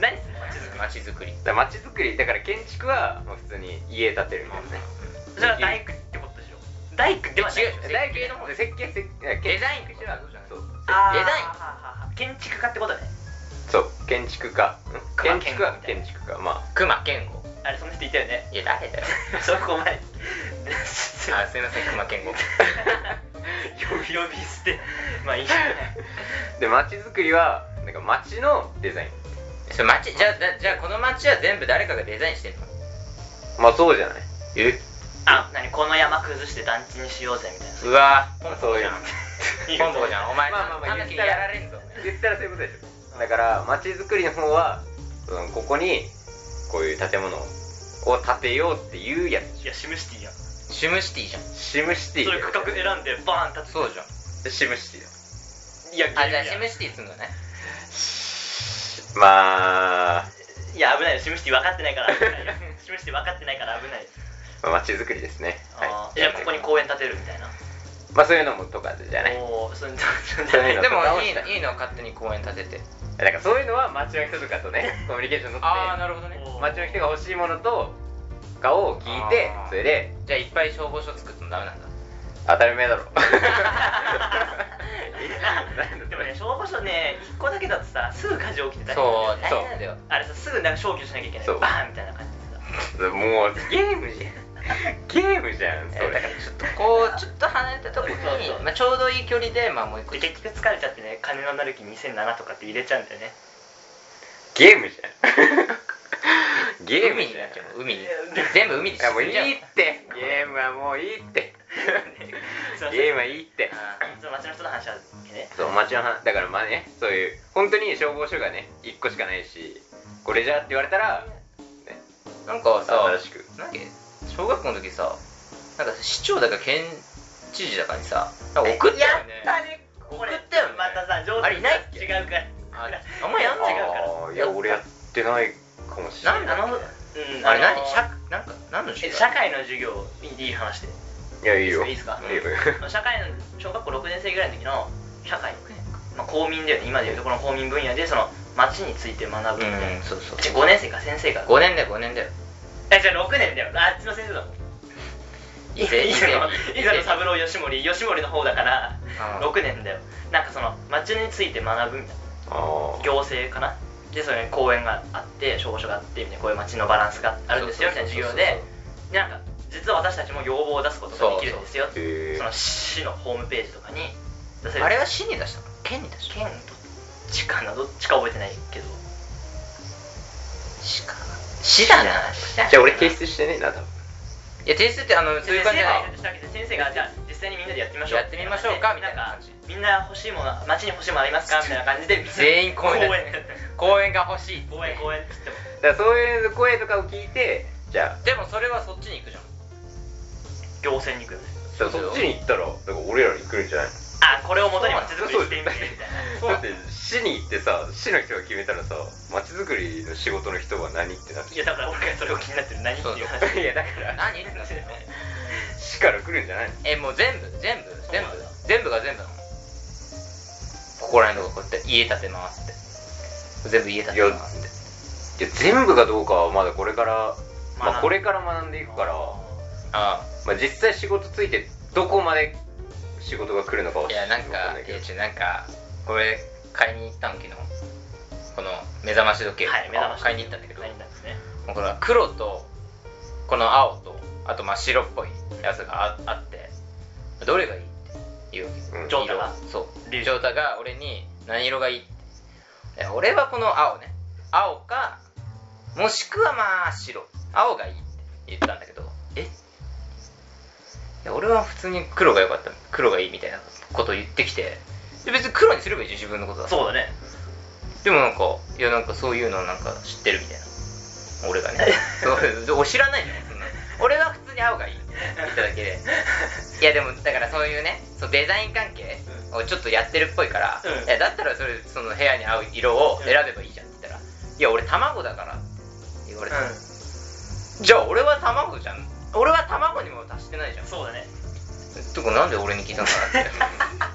S2: 何すんの街づくり
S1: 街づくり
S3: だからまちづくりだから建築はもう普通に家建てるみたいなね
S2: それは大工ってことでしょ大工ではない
S1: 違う設
S3: 大
S1: 計の
S3: 工の
S1: 方で
S3: 方で設計設計
S1: デザインとしては
S3: そう
S2: あー
S1: デザイン
S2: ははは建築家ってことね
S3: そう建築家
S2: 熊
S3: 建築家
S2: 健
S3: 建
S2: 吾
S3: 築家ま
S1: 熊健吾
S2: あれそんな人いたよね
S1: いや誰だよ
S2: そこ前
S1: あすいません熊 健吾
S2: 呼び呼び捨てまあいいじゃ
S3: あで街づくりはなんか街のデザイン
S1: それ街じゃあだじゃあこの街は全部誰かがデザインしてるの
S3: まあそうじゃない
S1: え
S2: あ何この山崩して団地にしようぜみたいな
S1: うわ
S3: まあそういうの
S1: ーポンポじゃんお前
S3: まあまあまあ
S1: タヌキやられんぞ
S3: 言ったらそういうことでしょだから街づくりの方はそのここにこういう建物を建てようっていうやつ
S2: いやシムシティやん
S1: シムシティじゃん
S3: シムシティ
S2: それ区画選んでバーン立て
S1: そうじゃん
S3: でシムシティだ
S2: いや
S1: あじゃあ
S2: ゲ
S1: シ
S2: ーム
S1: ムシティすんのね
S3: まあ
S2: いや危ないよシムシティ分かってないから危ないよ シムシティ分かってないから危ない
S3: まあ街づくりですね
S2: あ
S3: は
S2: ーじゃあここに公園建てるみたいな
S3: まあそういうのもとかじゃない
S2: おおそれじゃ
S3: それ
S2: あ
S1: でもいいのいいの勝手に公園建てて
S3: だからそういうのは街の人とかとねコミュニケーション取って
S1: なるほど
S3: 街の人が欲しいものとかを聞いて
S1: あー
S3: それで
S1: じゃあいっぱい消防署作ってもダメなんだ
S3: 当たり前だ ろ
S2: でもね消防署ね1個だけだとさすぐ火事起きてたり
S1: そう
S2: 大変なんだよ
S1: そ
S2: あれさすぐなんか消去しなきゃいけない
S3: そう
S2: バーンみたいな感じでさ
S3: もうゲームじゃんゲームじゃんそ
S1: えーだから
S3: れ
S1: ちょっとこ うちょっと離れたところに
S2: そうそうそう
S1: まあ、ちょうどいい距離で、まあ、もう一個
S2: で結局疲れちゃってね金のなる木2007とかって入れちゃうんだよね
S3: ゲームじゃんゲーム
S1: 海に
S3: じ
S1: な
S3: ゃん
S1: っちゃう海に
S2: いや
S1: 全部海に
S3: いやもう
S1: 沈ん
S3: い
S1: じゃう
S3: いってゲームはもういいって
S2: すいません
S3: ゲームはいいって
S1: あ
S2: その町の人の話なんだっけね
S3: そう街の話だからまあねそういう本当に消防署がね1個しかないしこれじゃって言われたら
S1: ーなんかさ
S3: 新しく
S1: なんか小学校の時さなんか市長だか県知事だかにさなんか送ったよね
S2: やったね
S1: 送
S2: こ
S1: っ
S2: れ
S1: たよね
S2: またさ上
S1: あれいないっけ
S2: 違うから
S1: ああんまやんない
S2: 違う
S1: から
S3: あーいや俺やってないかもしれ
S1: な
S3: なんい
S1: だろう
S2: うん
S1: あれ
S2: の
S1: 何
S2: ー
S1: 社なんか何の授
S2: え
S1: 業
S2: 社会の授業いい話で
S3: いやいいよ
S2: いいっすか
S3: いいよ
S2: 社会の小学校6年生ぐらいの時の社会、まあ、公民だよね今でいうところの公民分野でその町について学ぶみたいな、
S1: うんそうそう
S2: 5年生か先生が
S1: 5年だよ5年だよ
S2: えじゃあ6年だよあっちの先生だもん
S1: 以
S2: 伊
S1: 前
S2: 勢
S1: 以
S2: 伊
S1: 前
S2: 勢
S1: に
S2: の伊勢の三郎義盛義盛の方だから
S1: あー
S2: 6年だよなんかその町について学ぶみたいな
S3: あ
S2: 行政かなでそれに公園があって消防署があってみたいなこういう町のバランスがあるんですよみたいな授業ででなんか実は私たちも要望を出すことができるんですよって
S3: へえ
S2: その市のホームページとかに出せる
S1: あれは市に出したの県に出したの
S2: 県どっちかなどっちか覚えてないけど
S1: 市か市だな
S3: じゃあ俺提出してねえな多分
S1: いや提出ってあのそういう感じじゃない
S2: 先生がやるとしたわけで先生がじゃあ実際にみんなでやってみましょう
S1: やってみましょうかみたいな感じ
S2: んかみんな欲しいもの街に欲しいものありますかみたいな感じで
S1: 全員公園
S2: 公園
S1: 公園が欲しいって
S2: 公園公園って言っても
S3: だからそういう声とかを聞いてじゃあ
S1: でもそれはそっちに行くじゃん
S2: 行政に行くよね
S3: だからそっちに行ったらだから俺らに来るんじゃないの
S2: あこれを元に街づくりしてみてみたいな
S3: だって市に行ってさ市の人が決めたらさまちづくりの仕事の人は何ってなる
S2: いやだから俺がそれを気になってる何っていう話
S1: そう
S3: いやだから
S1: 何ってなってるよね
S3: 市から来るんじゃないの
S1: えもう全部全部
S2: そう
S1: 全
S2: な
S1: 部
S2: んだ
S1: 全部が全部なのここら辺とかこうやって家建てますって全部家建てますって
S3: いや全部がどうかはまだこれから、
S2: 学
S3: まあ、
S2: ぶ
S3: これから学んでいくから、
S1: あ
S3: まあ、実際仕事ついてどこまで仕事が来るのかは
S1: あいやなん
S3: わ
S1: か
S3: んない
S1: い
S3: け
S1: や
S3: ど
S1: ちょなんかこれ買いに行ったの昨日この目覚まし時計、
S2: はい目覚まし
S1: 買いに行ったんだけど
S2: 買いに行ったんですね
S1: もうこれは黒とこの青とあと真っ白っぽいやつがああってどれがいいって言うわけ
S3: うん
S2: ジョータが
S1: 色そう
S2: リュウ
S1: ジョータが俺に何色がいいってえ俺はこの青ね青かもしくはまあ白青がいいって言ったんだけどえいや俺は普通に黒が良かった黒がいいみたいなことを言ってきてで別に黒にすればいいじゃん自分のことだし
S2: そうだね
S1: でもなんか、いやなんかそういうのなんか知ってるみたいな。俺がね。そうお知らないじゃん、そんなの俺は普通に青がいいって言っただけ で。いやでも、だからそういうね、そうデザイン関係をちょっとやってるっぽいから、
S2: うん
S1: いやだったらそれ、その部屋に合う色を選べばいいじゃんって言ったら、いや俺卵だからって言われて、
S2: う
S1: じゃあ俺は卵じゃん。俺は卵にも足してないじゃん
S2: ん。そうだね
S1: とかなんで俺に聞いたのかなって。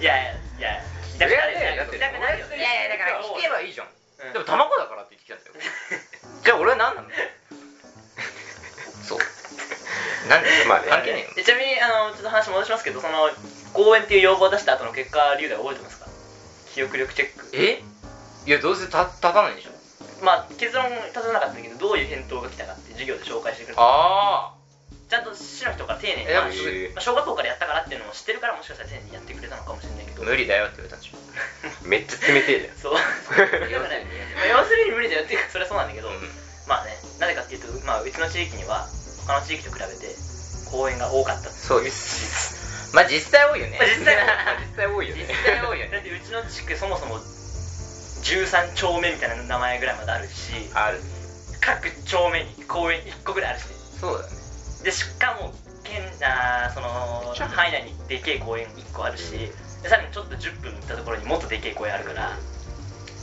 S2: いやいやいや聞きたくなるよね
S3: だって
S2: 聞きたくなるよね
S1: いやいやだから聞けばいいじゃん。
S2: うん
S1: でも卵だからって言ってきたんだよ。じゃあ俺は何なのそう。なんで、
S3: まあね
S1: 関係ねえよ。
S2: でちなみにあのちょっと話戻しますけどその公園っていう要望を出した後の結果龍大覚えてますか記憶力チェック
S1: えいや、どうせた立たないでしょ。
S2: まあ結論立たなかったんだけどどういう返答が来たかって授業で紹介してくれた
S1: あ
S2: ちゃんと市の人から丁寧に、
S1: え
S2: ま
S1: なん
S2: あ
S1: か
S3: へえ
S2: まあ小学校からやったからっていうのも知ってるからもしかしたら丁寧にやってくれたのかもしれないけ
S1: あ、
S2: ど
S1: 無理だよって言われたんでしょ。
S3: めっちゃ冷てえじゃん
S2: そう要するに、まあ、要するに無理だよっていうかそれはそうなんだけ
S1: う
S2: ど、まあねなぜかっていうと、まあ、うちの地域には他の地域と比べて公園が多かったってい
S1: そうです。まあ実際多いよね。
S2: まあ実際 多い
S3: 実際多いよね
S1: 実際多いよ
S2: だっ
S1: ね。
S2: てうちの地区そもそも13丁目みたいな名前ぐらいまであるし
S1: ある。
S2: 各丁目に公園1個ぐらいあるし
S1: そうだね。
S2: でしかも県あーその
S1: ちょっと
S2: 範囲内にでけえ公園1個あるしでさらにちょっと10分行ったところにもっとでけえ公園あるから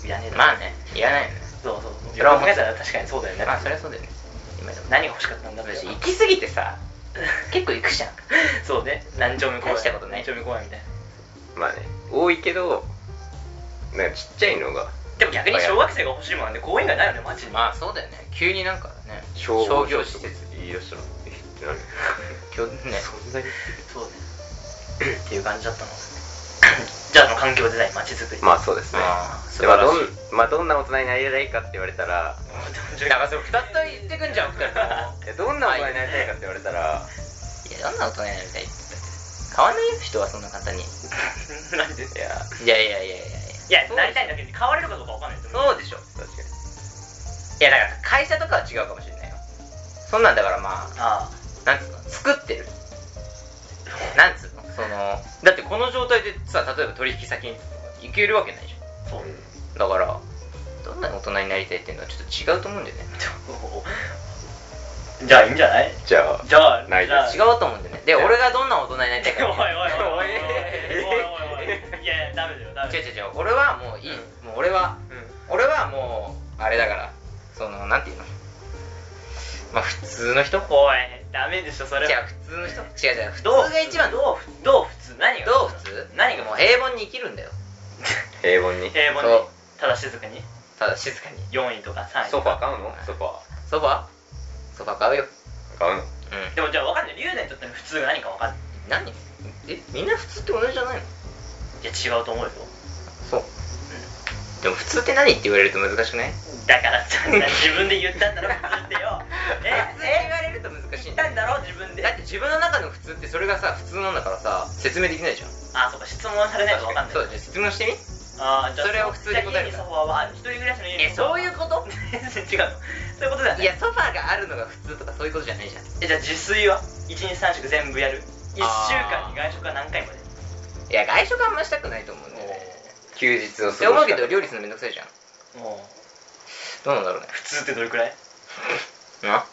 S2: いらねえだろ
S1: まあね、いらないよね。
S2: そうそうそう
S1: それは思
S2: 考
S1: う
S2: えたら確かにそうだよね、
S1: まあそりゃそうだよね。今でも。
S2: 何が欲しかったんだって
S1: 私、行 き過ぎてさ、結構行くじゃん。
S2: そうね何丁目公園
S1: 大したことない
S2: 何丁目公園みたいな
S3: まあね多いけどなんかちっちゃいのが
S2: でも逆に小学生が欲しいもんなんで公園がないよね街に、
S1: まあそうだよね。急になんかね、
S3: 消
S1: 商
S3: 防
S1: 業
S3: 署
S1: 施
S3: と
S1: 設。
S3: 言い出したのえってなる
S1: 今日ね。
S3: そんなに
S2: そうね っていう感じだったのじゃああの環境デザイン街づくり
S3: まあそうですね
S1: あー素晴
S3: でまあ
S1: ら
S3: ど
S1: し
S3: ん
S1: い
S3: まあどんな大人になりたいかって言われた ら
S1: だからそれ二つ言ってくんじゃん、二人とも。
S3: いやどんな大人になりたいかって言われたら
S1: いや、どんな大人になりたいって言ったって変わんないよ、人はそんな簡単に。い
S2: なんでい
S3: いや
S1: やいやいやいや
S2: や
S1: そうでしょ
S2: なりたいんだけど変われるかどうかわかんないと思
S1: そううでしょ。
S3: 確かに
S1: いや、だから会社とかは違うかもしれないよ。そんなんだからまあ、
S2: あ
S1: なんつうの、作ってる。なんつうの、その、だってこの状態でさ、例えば取引先に行けるわけないじゃ
S2: あそう、
S1: ん。だから、どんな大人になりたいっていうのはちょっと違うと思うんだよね。
S2: じゃあいいんじゃない
S3: じゃあ
S2: じゃあ
S3: ない
S2: じゃあ
S3: です
S1: 違 うと思うんだよね。で、俺がどんな大人になりたい
S2: おいおいおいおいおいおいおいおい
S1: か。
S2: おいダメ
S1: 違う違う違う俺はもういい、
S2: う
S1: もう俺は
S2: う
S1: 俺はもうあれだからそのなんていうのまあ普通の人
S2: んおいダメでしょそれ
S1: じゃあ普通の人違う違う普通
S2: どう
S1: が一番
S2: どうふどう普通何が
S1: どう普通
S2: 何が
S1: もう
S2: もう
S1: 平凡に生きるんだよ
S3: 平凡に
S2: 平凡
S1: そ
S2: に
S1: う
S2: ただ静かに
S1: ただ静かに
S2: 4位とか3位と
S3: ソフ
S2: か
S3: ァー買うのソファ
S1: ソファソファ買うよ
S3: ー買うの
S1: う
S2: でもじゃあ分かんない龍大にとっての普通が何か分かんない
S1: ん何えみんな普通って同じじゃないの
S2: いや違うと思うよ
S1: そうでも普通って何って言われると難しくない
S2: だか らさ自分で言ったんだろ普通ってよえ
S1: 普通って言われると難しいん
S2: 言
S1: だ
S2: った
S1: よ
S2: んだろ自分で
S1: だって自分の中の普通ってそれがさ普通なんだからさ説明できないじゃん
S2: あそうか質問されないと分かんない
S1: そうだね説明してみ
S2: あーじゃあ
S1: それを普通に答えるから
S2: じゃあ家にソファーはある一人暮らしの家に
S1: えそういうこと
S2: 全 然違うのそういうことだよ
S1: い
S2: ね
S1: やソファーがあるのが普通とかそういうことじゃないじゃん
S2: えじゃあ自炊は1日3食全部やる1週
S1: あー
S2: 間に外食は何回まで
S1: いや外食あんましたくないと思うんだよね
S3: 休日を過ごし
S1: って思うけど料理するのめんどくさいじゃん
S2: もう
S1: どうなんだろうね
S2: 普通ってどれくらい
S1: な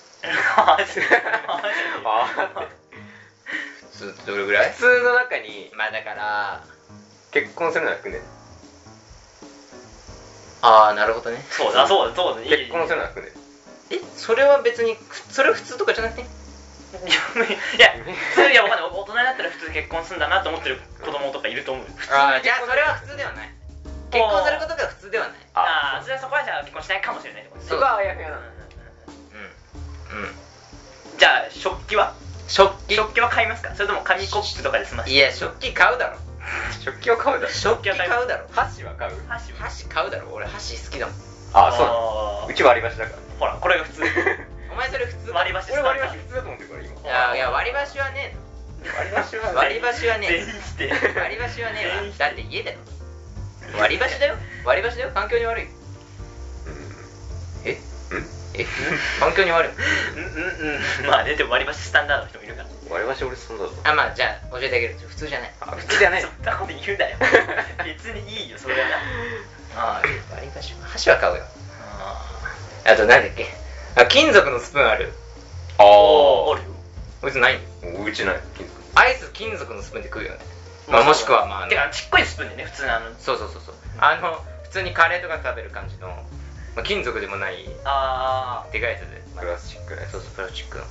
S2: あーちょっと
S3: あー
S1: 普通ってどれぐらい
S3: 普通の中に
S1: まあだから
S3: 結婚するのは含んでる
S1: ああなるほどね
S2: そうだそうだそうだいい
S3: 結婚するのは含んでる
S1: えそれは別にふそれは普通とかじゃなくて
S2: いや普通いやわかんない大人になったら普通結婚するんだなと思ってる子供とかいると思う普通
S1: ああじゃあそれは普通ではない結婚することが普通ではない
S2: ああそれはそこはじゃあ結婚しないかもしれないってことね
S1: そう
S3: はあやふやなの
S1: うんうん
S2: じゃあ食器は
S1: 食器
S2: 食器は買いますかそれとも紙コップとかで済ませ
S1: いや食器買うだろ
S3: 食器を買うだろ
S1: 食器買うだろ
S3: 箸は買う
S2: 箸は
S1: 箸買うだろ俺箸好きだもん
S3: あそうなの
S2: あー
S3: うち割り箸だ から
S2: ほらこれが普通
S1: お前それ普通
S2: 割り箸
S3: 俺割り箸普通だと思ってるから今
S1: いやいや割り箸はね
S3: 割り箸はね
S1: 割り箸はね
S2: 全員否定
S1: えの割り箸はねえわだって家だよ割り箸だよ割り箸だよ環境に悪いえ
S3: うんうん
S1: え環境に悪い
S2: うんうんうんまあねでも割り箸スタンダードの人もいるから
S3: 割り箸俺そんだぞ
S1: あまあじゃあ教えてあげる普通じゃない
S3: あ普通じゃない
S2: そんなこと言 うなよ別にいいよそれはなあー
S1: 割り箸は箸は買うよ
S2: あ
S1: あとなんだっけあ金属のスプーンある
S3: あ
S2: ーおー
S3: あ
S2: あるよ
S1: こいつない
S3: うちない金属
S1: アイス金属のスプーンで食うよね、まあ、もしくはまああの
S2: てかちっこいスプーンでね普通のあの
S1: そうそうそうそうあの普通にカレーとか食べる感じの、まあ、金属でもない
S2: あ
S1: でかいやつで、まあ
S3: プラスチックね
S1: そうそうプラスチックの
S2: あ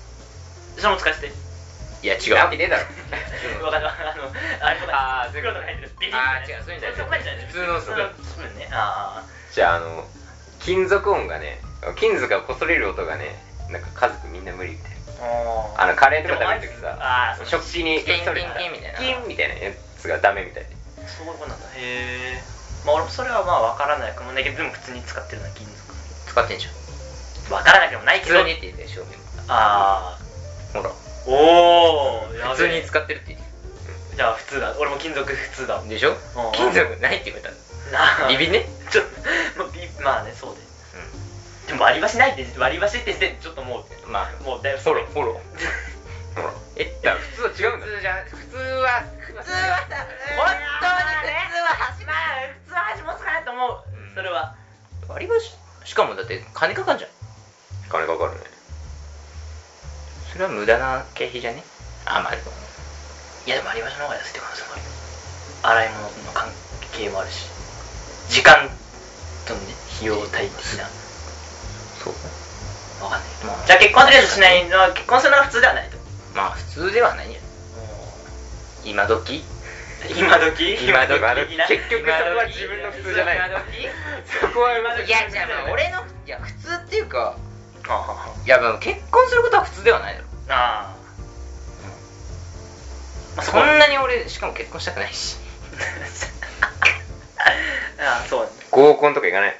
S2: それも使わせて
S1: いや違
S3: な
S1: う
S3: わけねえだろ
S2: わかるわかるあのあれとか
S3: あーそうい
S2: 袋
S3: うこ
S2: と
S3: と
S2: か入ってるビリッ
S1: あー
S2: みた
S1: 違うそういうん
S2: な
S1: じゃない
S2: やつそこまでじゃない
S1: 普通のスプーン
S2: 普通のスプーンねあ
S3: じゃああの金属音がね金属がこそれる音がねなんか家族みんな無理みたい
S2: ー
S3: な
S2: あ
S3: あのカレーと
S2: でも
S3: か食べるときさ
S2: あーそう
S3: 食器に
S1: キン
S3: それ
S1: キンキンみたいな
S3: キンみたいなやつがダメみたい
S2: そういうことなんだへえまあ俺もそれはまあ分からなくもないけどでも普通に使ってるのは金属
S1: 使ってんじゃん
S2: 分からなくもない
S1: 普
S2: けど
S1: 通にって言って正面
S2: ああ
S1: ほら
S2: おお
S1: 普通に使ってるって言って
S2: じゃあ普通だ俺も金属普通だ
S1: るでしょ
S2: ん
S1: 金属ないって言われたの
S2: なあ
S1: ビビね
S2: ちょっとまあビまあねそうででも割り箸ないって割り箸ってしてちょっともう
S1: うんまあ
S2: もうだいぶ
S1: フォローフォロー
S3: なほら
S1: え
S3: だから普通は違うんだ
S1: 普通じゃん普通は普通はさ
S2: 本
S1: 本
S2: 当
S1: 当
S2: に
S1: に
S2: 普通は箸まあ普通は箸持つかなと思う、
S1: うん
S2: それは
S1: 割り箸しかもだって金かかんじゃん
S3: 金かかるね
S1: それは無駄な経費じゃねあまあでも
S2: いやでも割り箸の方が安いって可能性もあるよ洗い物の関係もあるし時間とね費用対的な
S1: そう
S2: わかんないけど
S1: まあ
S2: じゃあ結婚はとりあえずしないのは結婚するのは普通ではないと
S1: まあ普通ではないんじゃない今時
S2: 今時
S1: 今時
S3: 結局そこ
S1: 今
S3: は
S1: 時
S3: 自分の普通じゃない
S1: 今 時
S3: そこは今
S2: 時
S1: いやじゃあまあ俺のいや普通っていうか
S2: あ
S1: いやまあ結婚することは普通ではないだろ
S2: あまあ
S1: そ
S2: そこは
S1: んなに俺しかも結婚したくないし
S2: ああそう
S3: 合コンとか行かない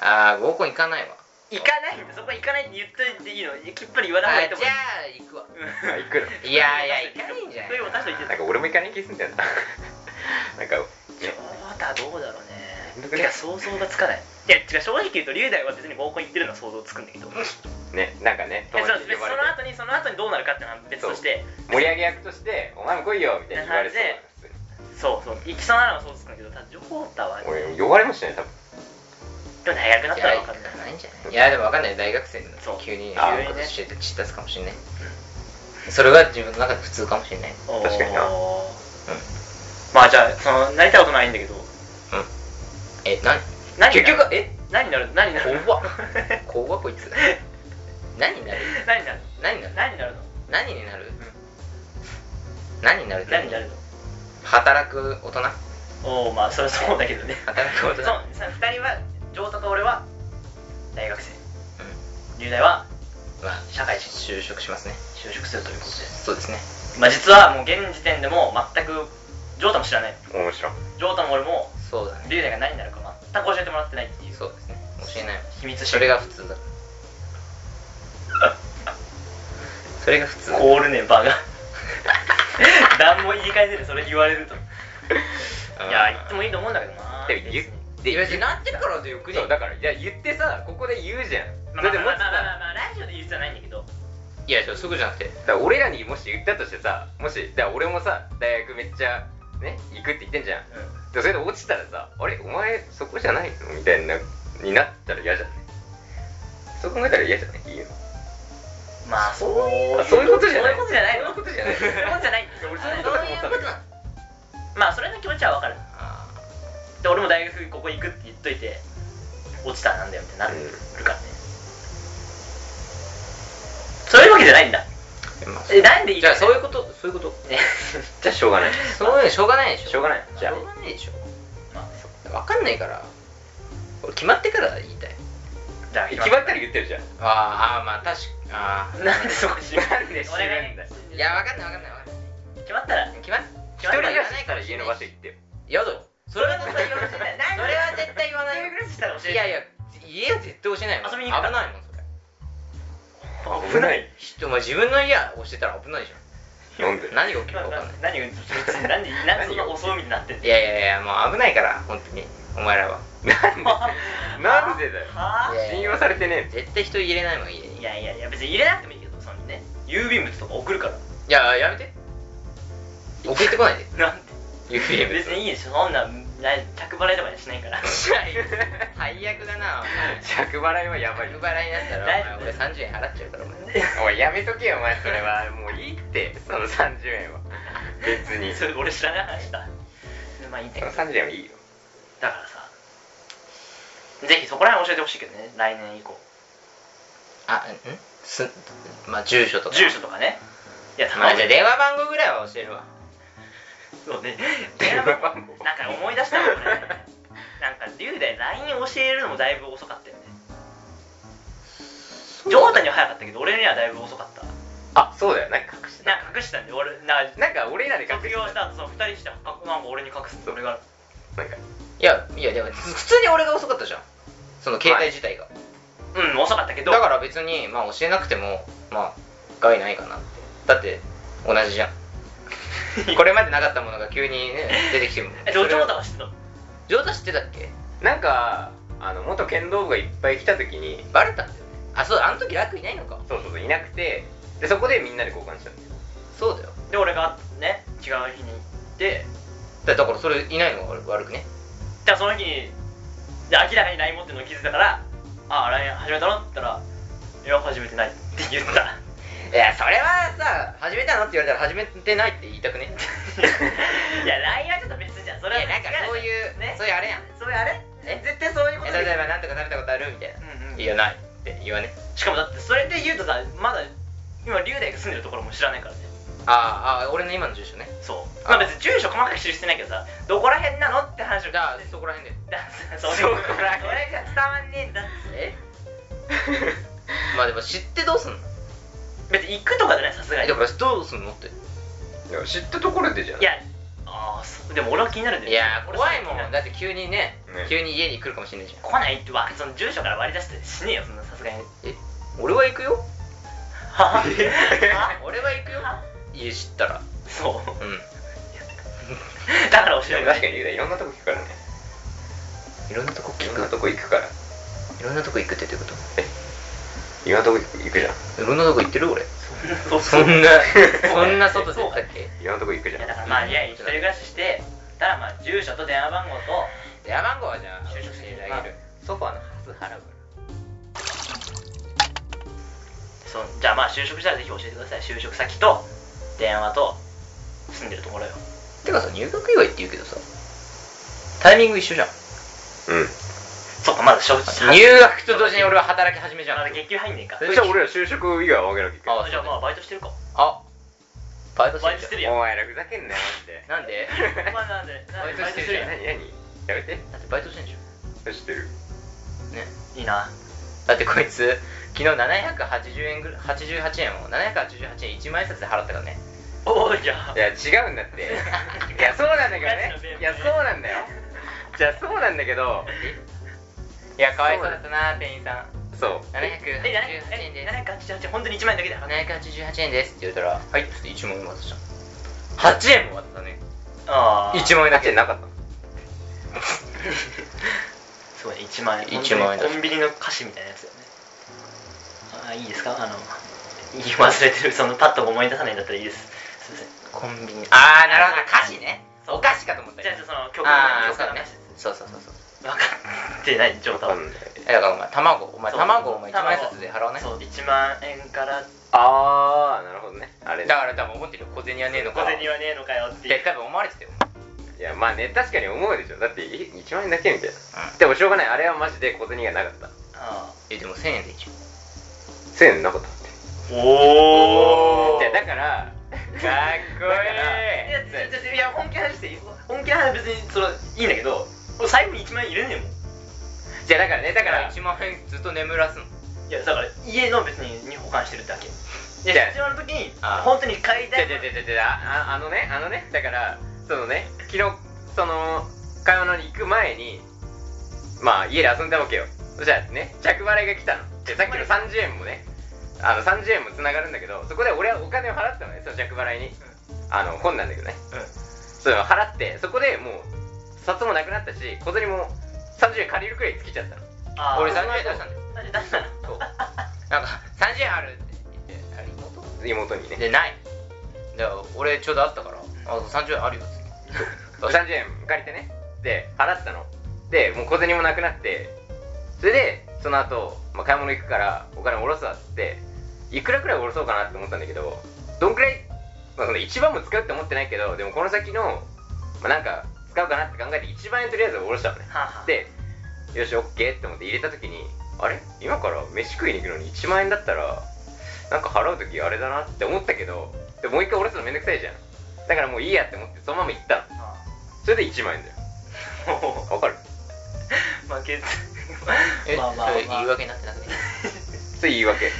S1: ああ合コン行かないわ
S2: 行かないってそこ行かないって言っといていいのきっぱり言わ
S1: あ
S2: な
S1: ーじ
S2: いと
S1: ゃ
S2: 思う
S1: あ行くわ
S3: あ行くの
S1: いやいや行かないんじゃ
S2: そういうこと出しとい
S1: な
S2: て
S1: い
S3: なんか俺も行かない気すんだよな なんか
S2: ちょっとどうだろうね
S3: ね
S2: てか想像がつかないいや違う正直言うと龍大は別に合コン行ってるのは想像つくん だけどえそう
S3: ねなんかね
S2: 別
S3: 友達
S2: に
S3: に呼ば
S2: そ
S3: れ
S2: の後
S3: て
S2: にその後にどうなるかってのは別として
S3: 盛り上げ役として「お前も来いよ」みたいに言われそう
S2: そうそう行きそうなのはそうつくんだけどただジョータは
S3: な
S2: でも
S3: 俺呼ばれましたね多分
S2: 大学になっ
S1: い
S2: たら
S1: や
S2: 分
S1: 行
S2: か
S1: か
S2: るから
S1: ないんじゃないいやでも分かんない大学生の
S2: そう
S1: 急に
S3: あ
S1: あ
S3: ー
S1: あことして散ったすかもしれないそれが自分の中で普通かもしれない
S2: おー
S3: 確かにな
S2: まあじゃあそのなりたいことないんだけど
S1: えな
S2: 何
S1: 結
S2: になる
S1: 局え
S2: 何になる何になる
S1: 怖っ怖っこいつ何になる
S2: 何になる
S1: 何になる
S2: 何になるの
S1: 何になる何になるって
S2: 何になるの
S1: 働く大人
S2: おおまあそりゃそうだけどね
S1: 働く
S2: そ
S1: 大
S2: う
S1: 人
S2: さ2人は上太と俺は大学生
S1: うん
S2: 雄大は
S1: まあ
S2: 社会人
S1: 就職しますね
S2: 就職するということで
S1: そうですね
S2: まあ実はもう現時点でもう全くジョータも知らない
S3: 面白い
S2: ジョータも俺も
S1: そうだね
S2: 龍大が何になるか全く教えてもらってないっていう
S1: そうですね教えない
S2: 秘密主義
S1: それが普通だそれが普通
S2: 凍るねバカ 何も言い返せるそれ言われるといや言ってもいいと思うんだけどな
S3: でも言っ
S1: いや別
S3: て
S1: になってからでよくね
S3: そうだからいや言ってさここで言うじゃん
S2: まあま
S3: だ
S2: あ
S3: って
S2: まあ
S3: も
S2: まあ
S3: しさ
S2: まあまあラジオで言う必要はないんだけど
S1: いやそうそういうことじゃなくて
S3: だから俺らにもし言ったとしてさもしだから俺もさ大学めっちゃね行くって言ってんじゃん
S2: うん
S3: でそれで落ちたらさあれお前そこじゃないのみたいなになったら嫌じゃないそう考えたら嫌じゃないいいよ
S2: まあそういう
S3: あそういうことじゃない
S2: そういうことじゃないの
S3: そういうことじゃない
S2: そういうことじゃない
S3: 俺そういうことだと思ったんだけど
S2: まあそれの気持ちはわかるで俺も大学ここ行くって言っといて落ちたらなんだよってなるからね、そういうわけじゃないんだえなんでいい
S1: じゃあそういうことそういうこと
S2: ね
S3: じゃあしょうがない
S1: そういうのしょうがないでしょ
S3: しょうがないじゃあ
S1: しょうがないでしょ
S2: まあね
S1: 分かんないから俺決まってから言いたい
S2: じゃあ
S3: 決まったら言ってるじゃん
S1: ああまあ確かあ
S2: なんでそこ知る
S3: なんで知るんだ
S1: いや分かんない分かんない分かんない
S2: 決まったら
S1: 決まっ
S3: 一人暮らししたら家の場所行ってよ
S1: やだよそれは絶対言わない
S2: なん
S1: そ
S2: で
S1: れは絶対言わない
S2: 一人暮らししたら教えて
S1: いやいや家は絶対教えないもん
S2: 遊びに
S1: 危
S2: 行くか
S1: ないもんそれ
S3: 危ない
S1: 人お前自分の家押してたら危ないじ
S3: なんで
S1: ゃん何が起きる
S2: な
S1: か分
S2: な
S1: かんない
S2: 何が何で何でそんな襲うみたいになってんの
S1: いやいやいやもう危ないから本当にお前らは
S3: なんでだよ
S2: は
S1: や
S3: 信用されて ね
S1: 絶対人入れないもん家に
S2: あ
S1: いや
S2: いやいやいや別に入れなくてもいいけどそのね郵便物とか送るから
S1: ややめて送ってこない で
S2: なんで
S1: UFM
S2: 別にいいでしょそんなんない着払いとかしないから
S1: 最悪だなお
S3: え着払いはやばい
S1: 前
S3: よ
S1: 不払いになった
S2: 大
S1: ら
S2: 丈
S1: お
S2: 夫
S1: 前俺30円払っちゃうからお前
S3: おいやめとけよお前それはもういいってその30円は別に
S2: それ俺知らない話だまあいいんだけ
S3: そ
S2: ど
S3: の30円はいいよ
S2: だからさぜひそこら辺教えてほしいけどね来年以降
S1: あんすまあ住所とか
S2: 住所とかねいや
S1: まあ
S2: に
S1: じゃあ電話番号ぐらいは教えるわ
S2: そう ね
S3: 電話番号
S2: なんか思い出したもんねなんか龍大 LINE 教えるのもだいぶ遅かったよねジョータには早かったけど俺にはだいぶ遅かった
S3: あそうだよなんか隠してた
S2: なんか隠してたんで俺なんか
S3: なんか俺らで隠
S2: 卒
S3: して
S2: 業
S3: た
S2: した後その2人してあなんか俺に隠すって俺が
S3: なんか
S1: いやいやでも普通に俺が遅かったじゃんその携帯自体が、
S2: うん遅かったけど
S1: だ から別にまあ教えなくてもまあ害ないかなってだって同じじゃんこれまでなかったものが急にね出てきても
S2: えジョジョータは知ってたの
S1: ジョータ知ってたっけ
S3: なんかあの元剣道部がいっぱい来た時に
S1: バレたんだよねあそうだあの時楽いないのか
S3: そうそうそういなくてでそこでみんなで交換したんだよ
S1: そうだよ
S2: で俺がね違う日に行って
S1: だだからそれいないのが悪悪くね
S2: じゃあその日にで明らかに LINE 持ってるの気づいたから「ああ LINE 始めたの?」って言ったら「いや始めてない」って言った
S1: いやそれはさ始めたのって言われたら始めてないって言いたく ね
S2: いや LINE はちょっと別じゃんそ
S1: い
S2: れは
S1: やなんかそういう、そういうあれやん
S2: そういうあれ
S1: え
S2: 絶対そういうこと
S1: え例え
S2: だよ
S1: ば何とか食べたことあるみたいな
S2: うんうん
S1: いやないって言わね
S2: しかもだってそれで言うとさまだ今龍大が住んでるところも知らないからね
S1: あーあー俺の今の住所ね
S2: そうまあ別に住所細かく知る必要ないけどさどこら辺なのって話を聞い
S1: じ
S2: て
S1: ゃあそこら辺で
S2: だ そ
S3: そ
S2: れ
S3: こら辺
S2: それが伝わんねえんだって
S1: え まあでも知ってどうすんの
S2: 別に行くとかじゃないさすが
S1: え
S2: に
S1: だからどうすんのって
S3: いや知ったところでじゃん
S2: いやああそうでも俺は気になるんだよ
S1: いやー怖いもんだ
S2: だ
S1: って急にね
S3: ね
S1: 急に家に来るかもしれないじゃん
S2: 来ないってわその住所から割り出してしねえよそんなさす がには
S1: え俺は行くよ
S2: はは
S1: 俺は行くよ家知ったら
S2: そ
S1: う
S2: う
S1: ん
S2: だから教え
S3: で
S2: る
S3: も確かに龍大いろんなとこ行くからね
S1: いろんなとこ
S3: い
S1: 聞
S3: ろん
S1: く
S3: なとこ行くから
S1: いろんなとこ行くってどういうこ
S3: いろんなとこ行くじゃん
S1: といろんなとこ行ってる俺
S2: そう
S1: そん なそんな外出たっけ
S3: いろんなとこ行くじ
S2: いや
S3: ゃん
S2: だからまあいや一人暮らししてたらまあ住所と電話番号と
S1: 電話番号はじゃあ
S2: 就職先
S1: 教えてあげる
S3: ソファーのハス払う
S2: そうじゃあまあ就職したらぜひ教えてください就職先と電話と住んでるところよ
S1: てかさ入学祝いって言うけどさタイミング一緒じゃん
S3: うん
S2: そっかまだ正直
S1: 入学と同時に俺は働き始めじゃ
S2: まだ
S1: ん
S2: 月給入んねんか
S1: え
S3: そしたら俺ら就職以外は分けなきゃいけない
S1: あ
S2: じゃあまあバイトしてるか
S1: あバイト
S2: バイトし
S1: しててる
S2: るやん
S3: お前らふざけんなよマ
S1: なんで
S2: お前なんでなんで
S1: バイトし
S2: バイトしてて
S1: る
S2: る
S1: やん
S2: やん
S3: ジで何何やめて
S1: だってバイトしてんじゃん
S3: 知ってる
S1: ね
S2: いいな
S1: だってこいつ昨日780円ぐらい88円を788円1万円札で払ったからね
S2: おおじゃあ
S3: いや違うんだって いやそうなんだけどねいやそうなんだよじゃあそうなんだけど
S1: いやかわいそうだったな店員さん
S3: そう
S1: 788
S2: え
S1: 円です
S2: 788本当に1万円だけだよ
S1: 788円ですって言ったら「はい」っつって1万円渡した8円も渡ったね
S2: ああ
S1: 1万円だけ
S3: 8円なかったの
S2: すごいね1万円
S1: 1万円だ
S2: コンビニの歌詞みたいなやつだよねああいいですかあの言い忘れてるそのパッと思い出さないんだったらいいですすいません
S1: コンビニああなるほど歌詞ねお菓子かと思った
S2: じゃ
S1: よ
S2: あその曲の
S1: ああ
S2: 曲
S1: そう
S2: の
S1: だね
S2: 話
S1: そうそうそうそう
S2: 分かってない状態
S3: わかんない
S1: えだからお前卵お前
S2: そう
S1: 卵お前1万円札で払わない
S2: そう1万円から
S3: ああなるほどねあれ
S1: だから多分思ってるよ小銭はねえの
S2: 小
S1: か
S2: 銭はねえのかよってい
S1: で
S2: う
S1: 多分思われてたよ
S3: いやまあね確かに思うでしょだってい1万円だけみたいな、
S1: う
S3: でもしょうがないあれはマジで小銭がなかった
S2: ああ
S1: えでも1000円でいいじゃん
S3: 1000円なかったって
S2: お
S3: じゃあだから
S1: かっこいい
S3: だから
S2: いやちょちょちょいや本気の話していい本気の話別にそのいいんだけど俺財布に1万円入れねえもん
S3: じゃあだからね
S1: だ
S3: だか
S1: からら1万円ずっと眠らすの
S2: いやだから家の別にに保管してるだけ
S3: じゃあ
S2: 必要な時に
S1: ああ
S2: 本当に買いた
S3: じゃ
S2: い
S3: あじゃあじゃあじゃあじゃあああのねあのねだからそのね昨日その買い物に行く前にまあ家で遊んだわけよそしたらね着払いが来たのでさっきの30円もねあの30円もつながるんだけどそこで俺はお金を払ったのねその着払いに、あの本なんだけどね
S2: うん
S3: それを払ってそこでもう札もなくなったし小銭も30円借りるくらい尽きちゃったの
S2: ああ
S1: 俺30円出したんだよ
S2: あれ出したの
S1: そうなんか30円あるって言ってあれ妹
S3: 妹にね
S1: でないで俺ちょうどあったから「あ30円あるよ」っつって
S3: 30円借りてねで払ったのでもう小銭もなくなってそれでその後、まあ買い物行くからお金下ろすわっつっていくらくらい下ろそうかなって思ったんだけどどんくらい、まあ、その1番も使うって思ってないけどでもこの先の、まあ、なんか使うかなって考えて1番円とりあえず下ろしたのね
S2: はあはあ
S3: でよしオッケーって思って入れた時にあれ今から飯食いに行くのに1万円だったらなんか払う時あれだなって思ったけどでもう一回下ろすのめんどくさいじゃんだからもういいやって思ってそのまま行ったの
S2: あ
S3: それで1万円だ よ
S2: あも
S3: わかる
S2: う負けず
S1: え、
S2: まあまあ
S1: それ
S2: まあ
S1: 言い訳になってなくて
S3: それ言い訳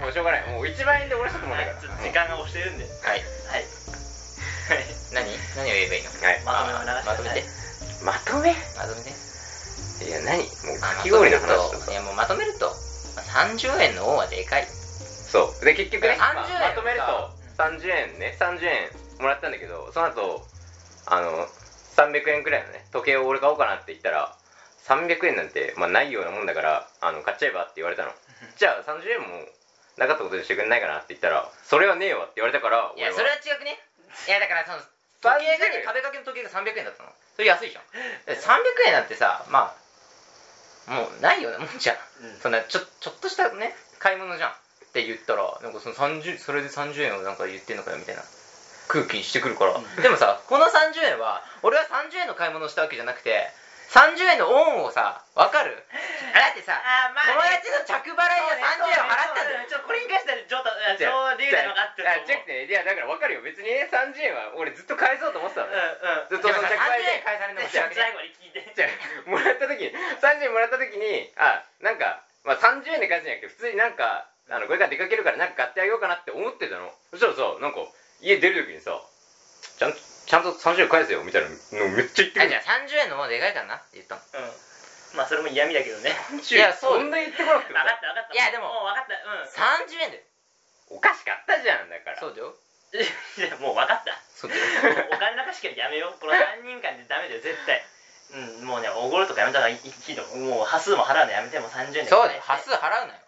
S3: もうしょうがないもう1万円で下ろしたと思うんだから
S2: ちょっと時間が押してるんで
S1: はい
S2: はいはい
S1: 何何を言えばいいの
S3: はい
S2: まとめを流してください
S1: まとめて
S3: まと
S1: まと
S3: め
S1: めて
S3: いや何もう
S1: まあ
S3: かき氷の
S1: まとめ
S3: 話と
S1: る
S3: か
S1: といやもうまとめるとまあ30円の方はでかい
S3: そうで結局ね
S1: 30円
S3: まあまとめると
S1: さ
S3: 30円ね30円もらったんだけどその後あの300円くらいのね時計を俺買おうかなって言ったら300円なんて、まあ、ないようなもんだからあの買っちゃえばって言われたのじゃあ30円もなかったことにしてくれないかなって言ったらそれはねえわって言われたから
S1: いや
S3: 俺は
S1: それは違 くねいやだからその時計がね壁掛けの時計が300円だったのそれ安いじゃんで300円なんてさまあもうないようなもんじゃん
S2: うん
S1: そんなちょちょっとしたね買い物じゃんって言ったらなんかその30それで30円をなんか言ってんのかよみたいな空気にしてくるから、
S2: うん
S1: でもさこの30円は俺は30円の買い物をしたわけじゃなくて30円の恩をさ分かる だってさ
S2: あーま
S1: 友
S2: あね
S1: 達の着払いで30円を払ったんだよ
S2: ちょっとこれに関しては上達
S3: じゃあ
S2: 上流なのかって
S3: じゃあじゃなくてねいやだから分かるよ別にね30円は俺ずっと返そうと思ってたの、
S2: う
S3: ず
S2: んうん
S3: っとその
S1: 30
S3: 着払い
S1: 円
S3: で
S1: 返されるのも
S2: じ
S1: し
S2: ゃ
S1: 訳
S2: あ
S1: ない
S2: 最後に聞いて
S3: じゃあもらった時に30円もらった時にあなんか、まあ、30円で返すんじゃなくて普通になんかあのこれから出かけるからなんか買ってあげようかなって思ってたのそしたらさなんか家出る時にさちゃんちゃんと30円返せよみたいなのめっちゃ言ってく
S1: あ
S3: る
S1: じゃあ30円のもうでかいからなって言ったの
S2: うんまあそれも嫌味だけどね
S1: いやそう
S3: そんな言ってこなくて
S2: 分
S3: も
S2: か
S3: さ
S2: った分かった
S1: いやでも
S2: う分かったうん
S1: 30円だよ
S3: おかしかったじゃんだから
S1: そうだよ
S2: いやもう分かった
S1: そうだよ
S2: も うお金の貸し借りやめようこの3人間でダメだよ絶対うんもうねおごるとかやめた方がいいいいと思うもう端数も払うのやめてもう30円で
S1: そうだよ端数払うなよ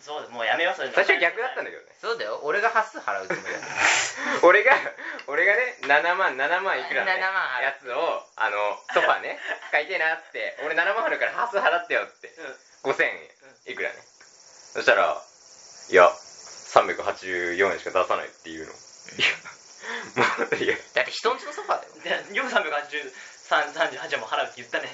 S2: そうだもうやめようそれ
S3: 最初は逆だったんだけどね
S1: そうだよ俺が端数払うつもりだ った
S3: 俺が俺がね7万7万いくらの、ね、
S1: 7万払う
S3: やつをあのソファね買いてえなって俺7万払うからハス払ってよって5000円いくらねそしたら「いや384円しか出さない」っていうのいやもういや
S1: だって人んちのソファだよ
S2: だよく383円も払うって言ったね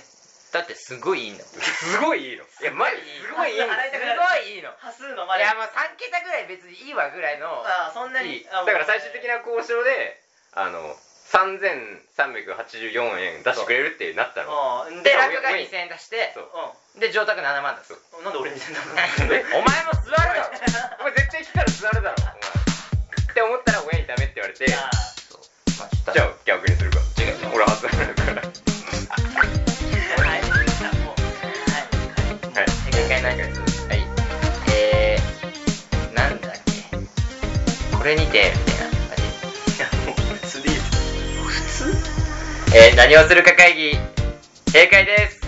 S1: だってすごいいいんだもん
S3: すごいいいの。いや、マジすごいいいの。
S2: 洗いたくなる
S1: すごいいいのい
S2: 端数の前
S1: やもう3桁ぐらい別にいいわぐらいの
S2: ああそんなに
S3: いいだから最終的な交渉で、あの、3384円出してくれるってなったの。
S2: ああ
S1: で
S2: で
S1: 楽が2000円出して
S3: そう
S2: う
S1: で上卓7万出す
S2: んなんで俺にしてんだろう
S1: お 前も座る だろ
S3: お前絶対来たら座るだろ、お前。って思ったら親にダメって言われて、じゃ
S2: あ
S1: まあちょっと
S3: あ逆にするか。違う俺は外れるから。
S2: あはいもうはい
S3: はい。
S1: 正解なんですはいえー、なんだっけこれにてみたいな感じ
S2: いやもう普通でいいです普
S1: え
S2: 通
S1: ー、何をするか会議正解です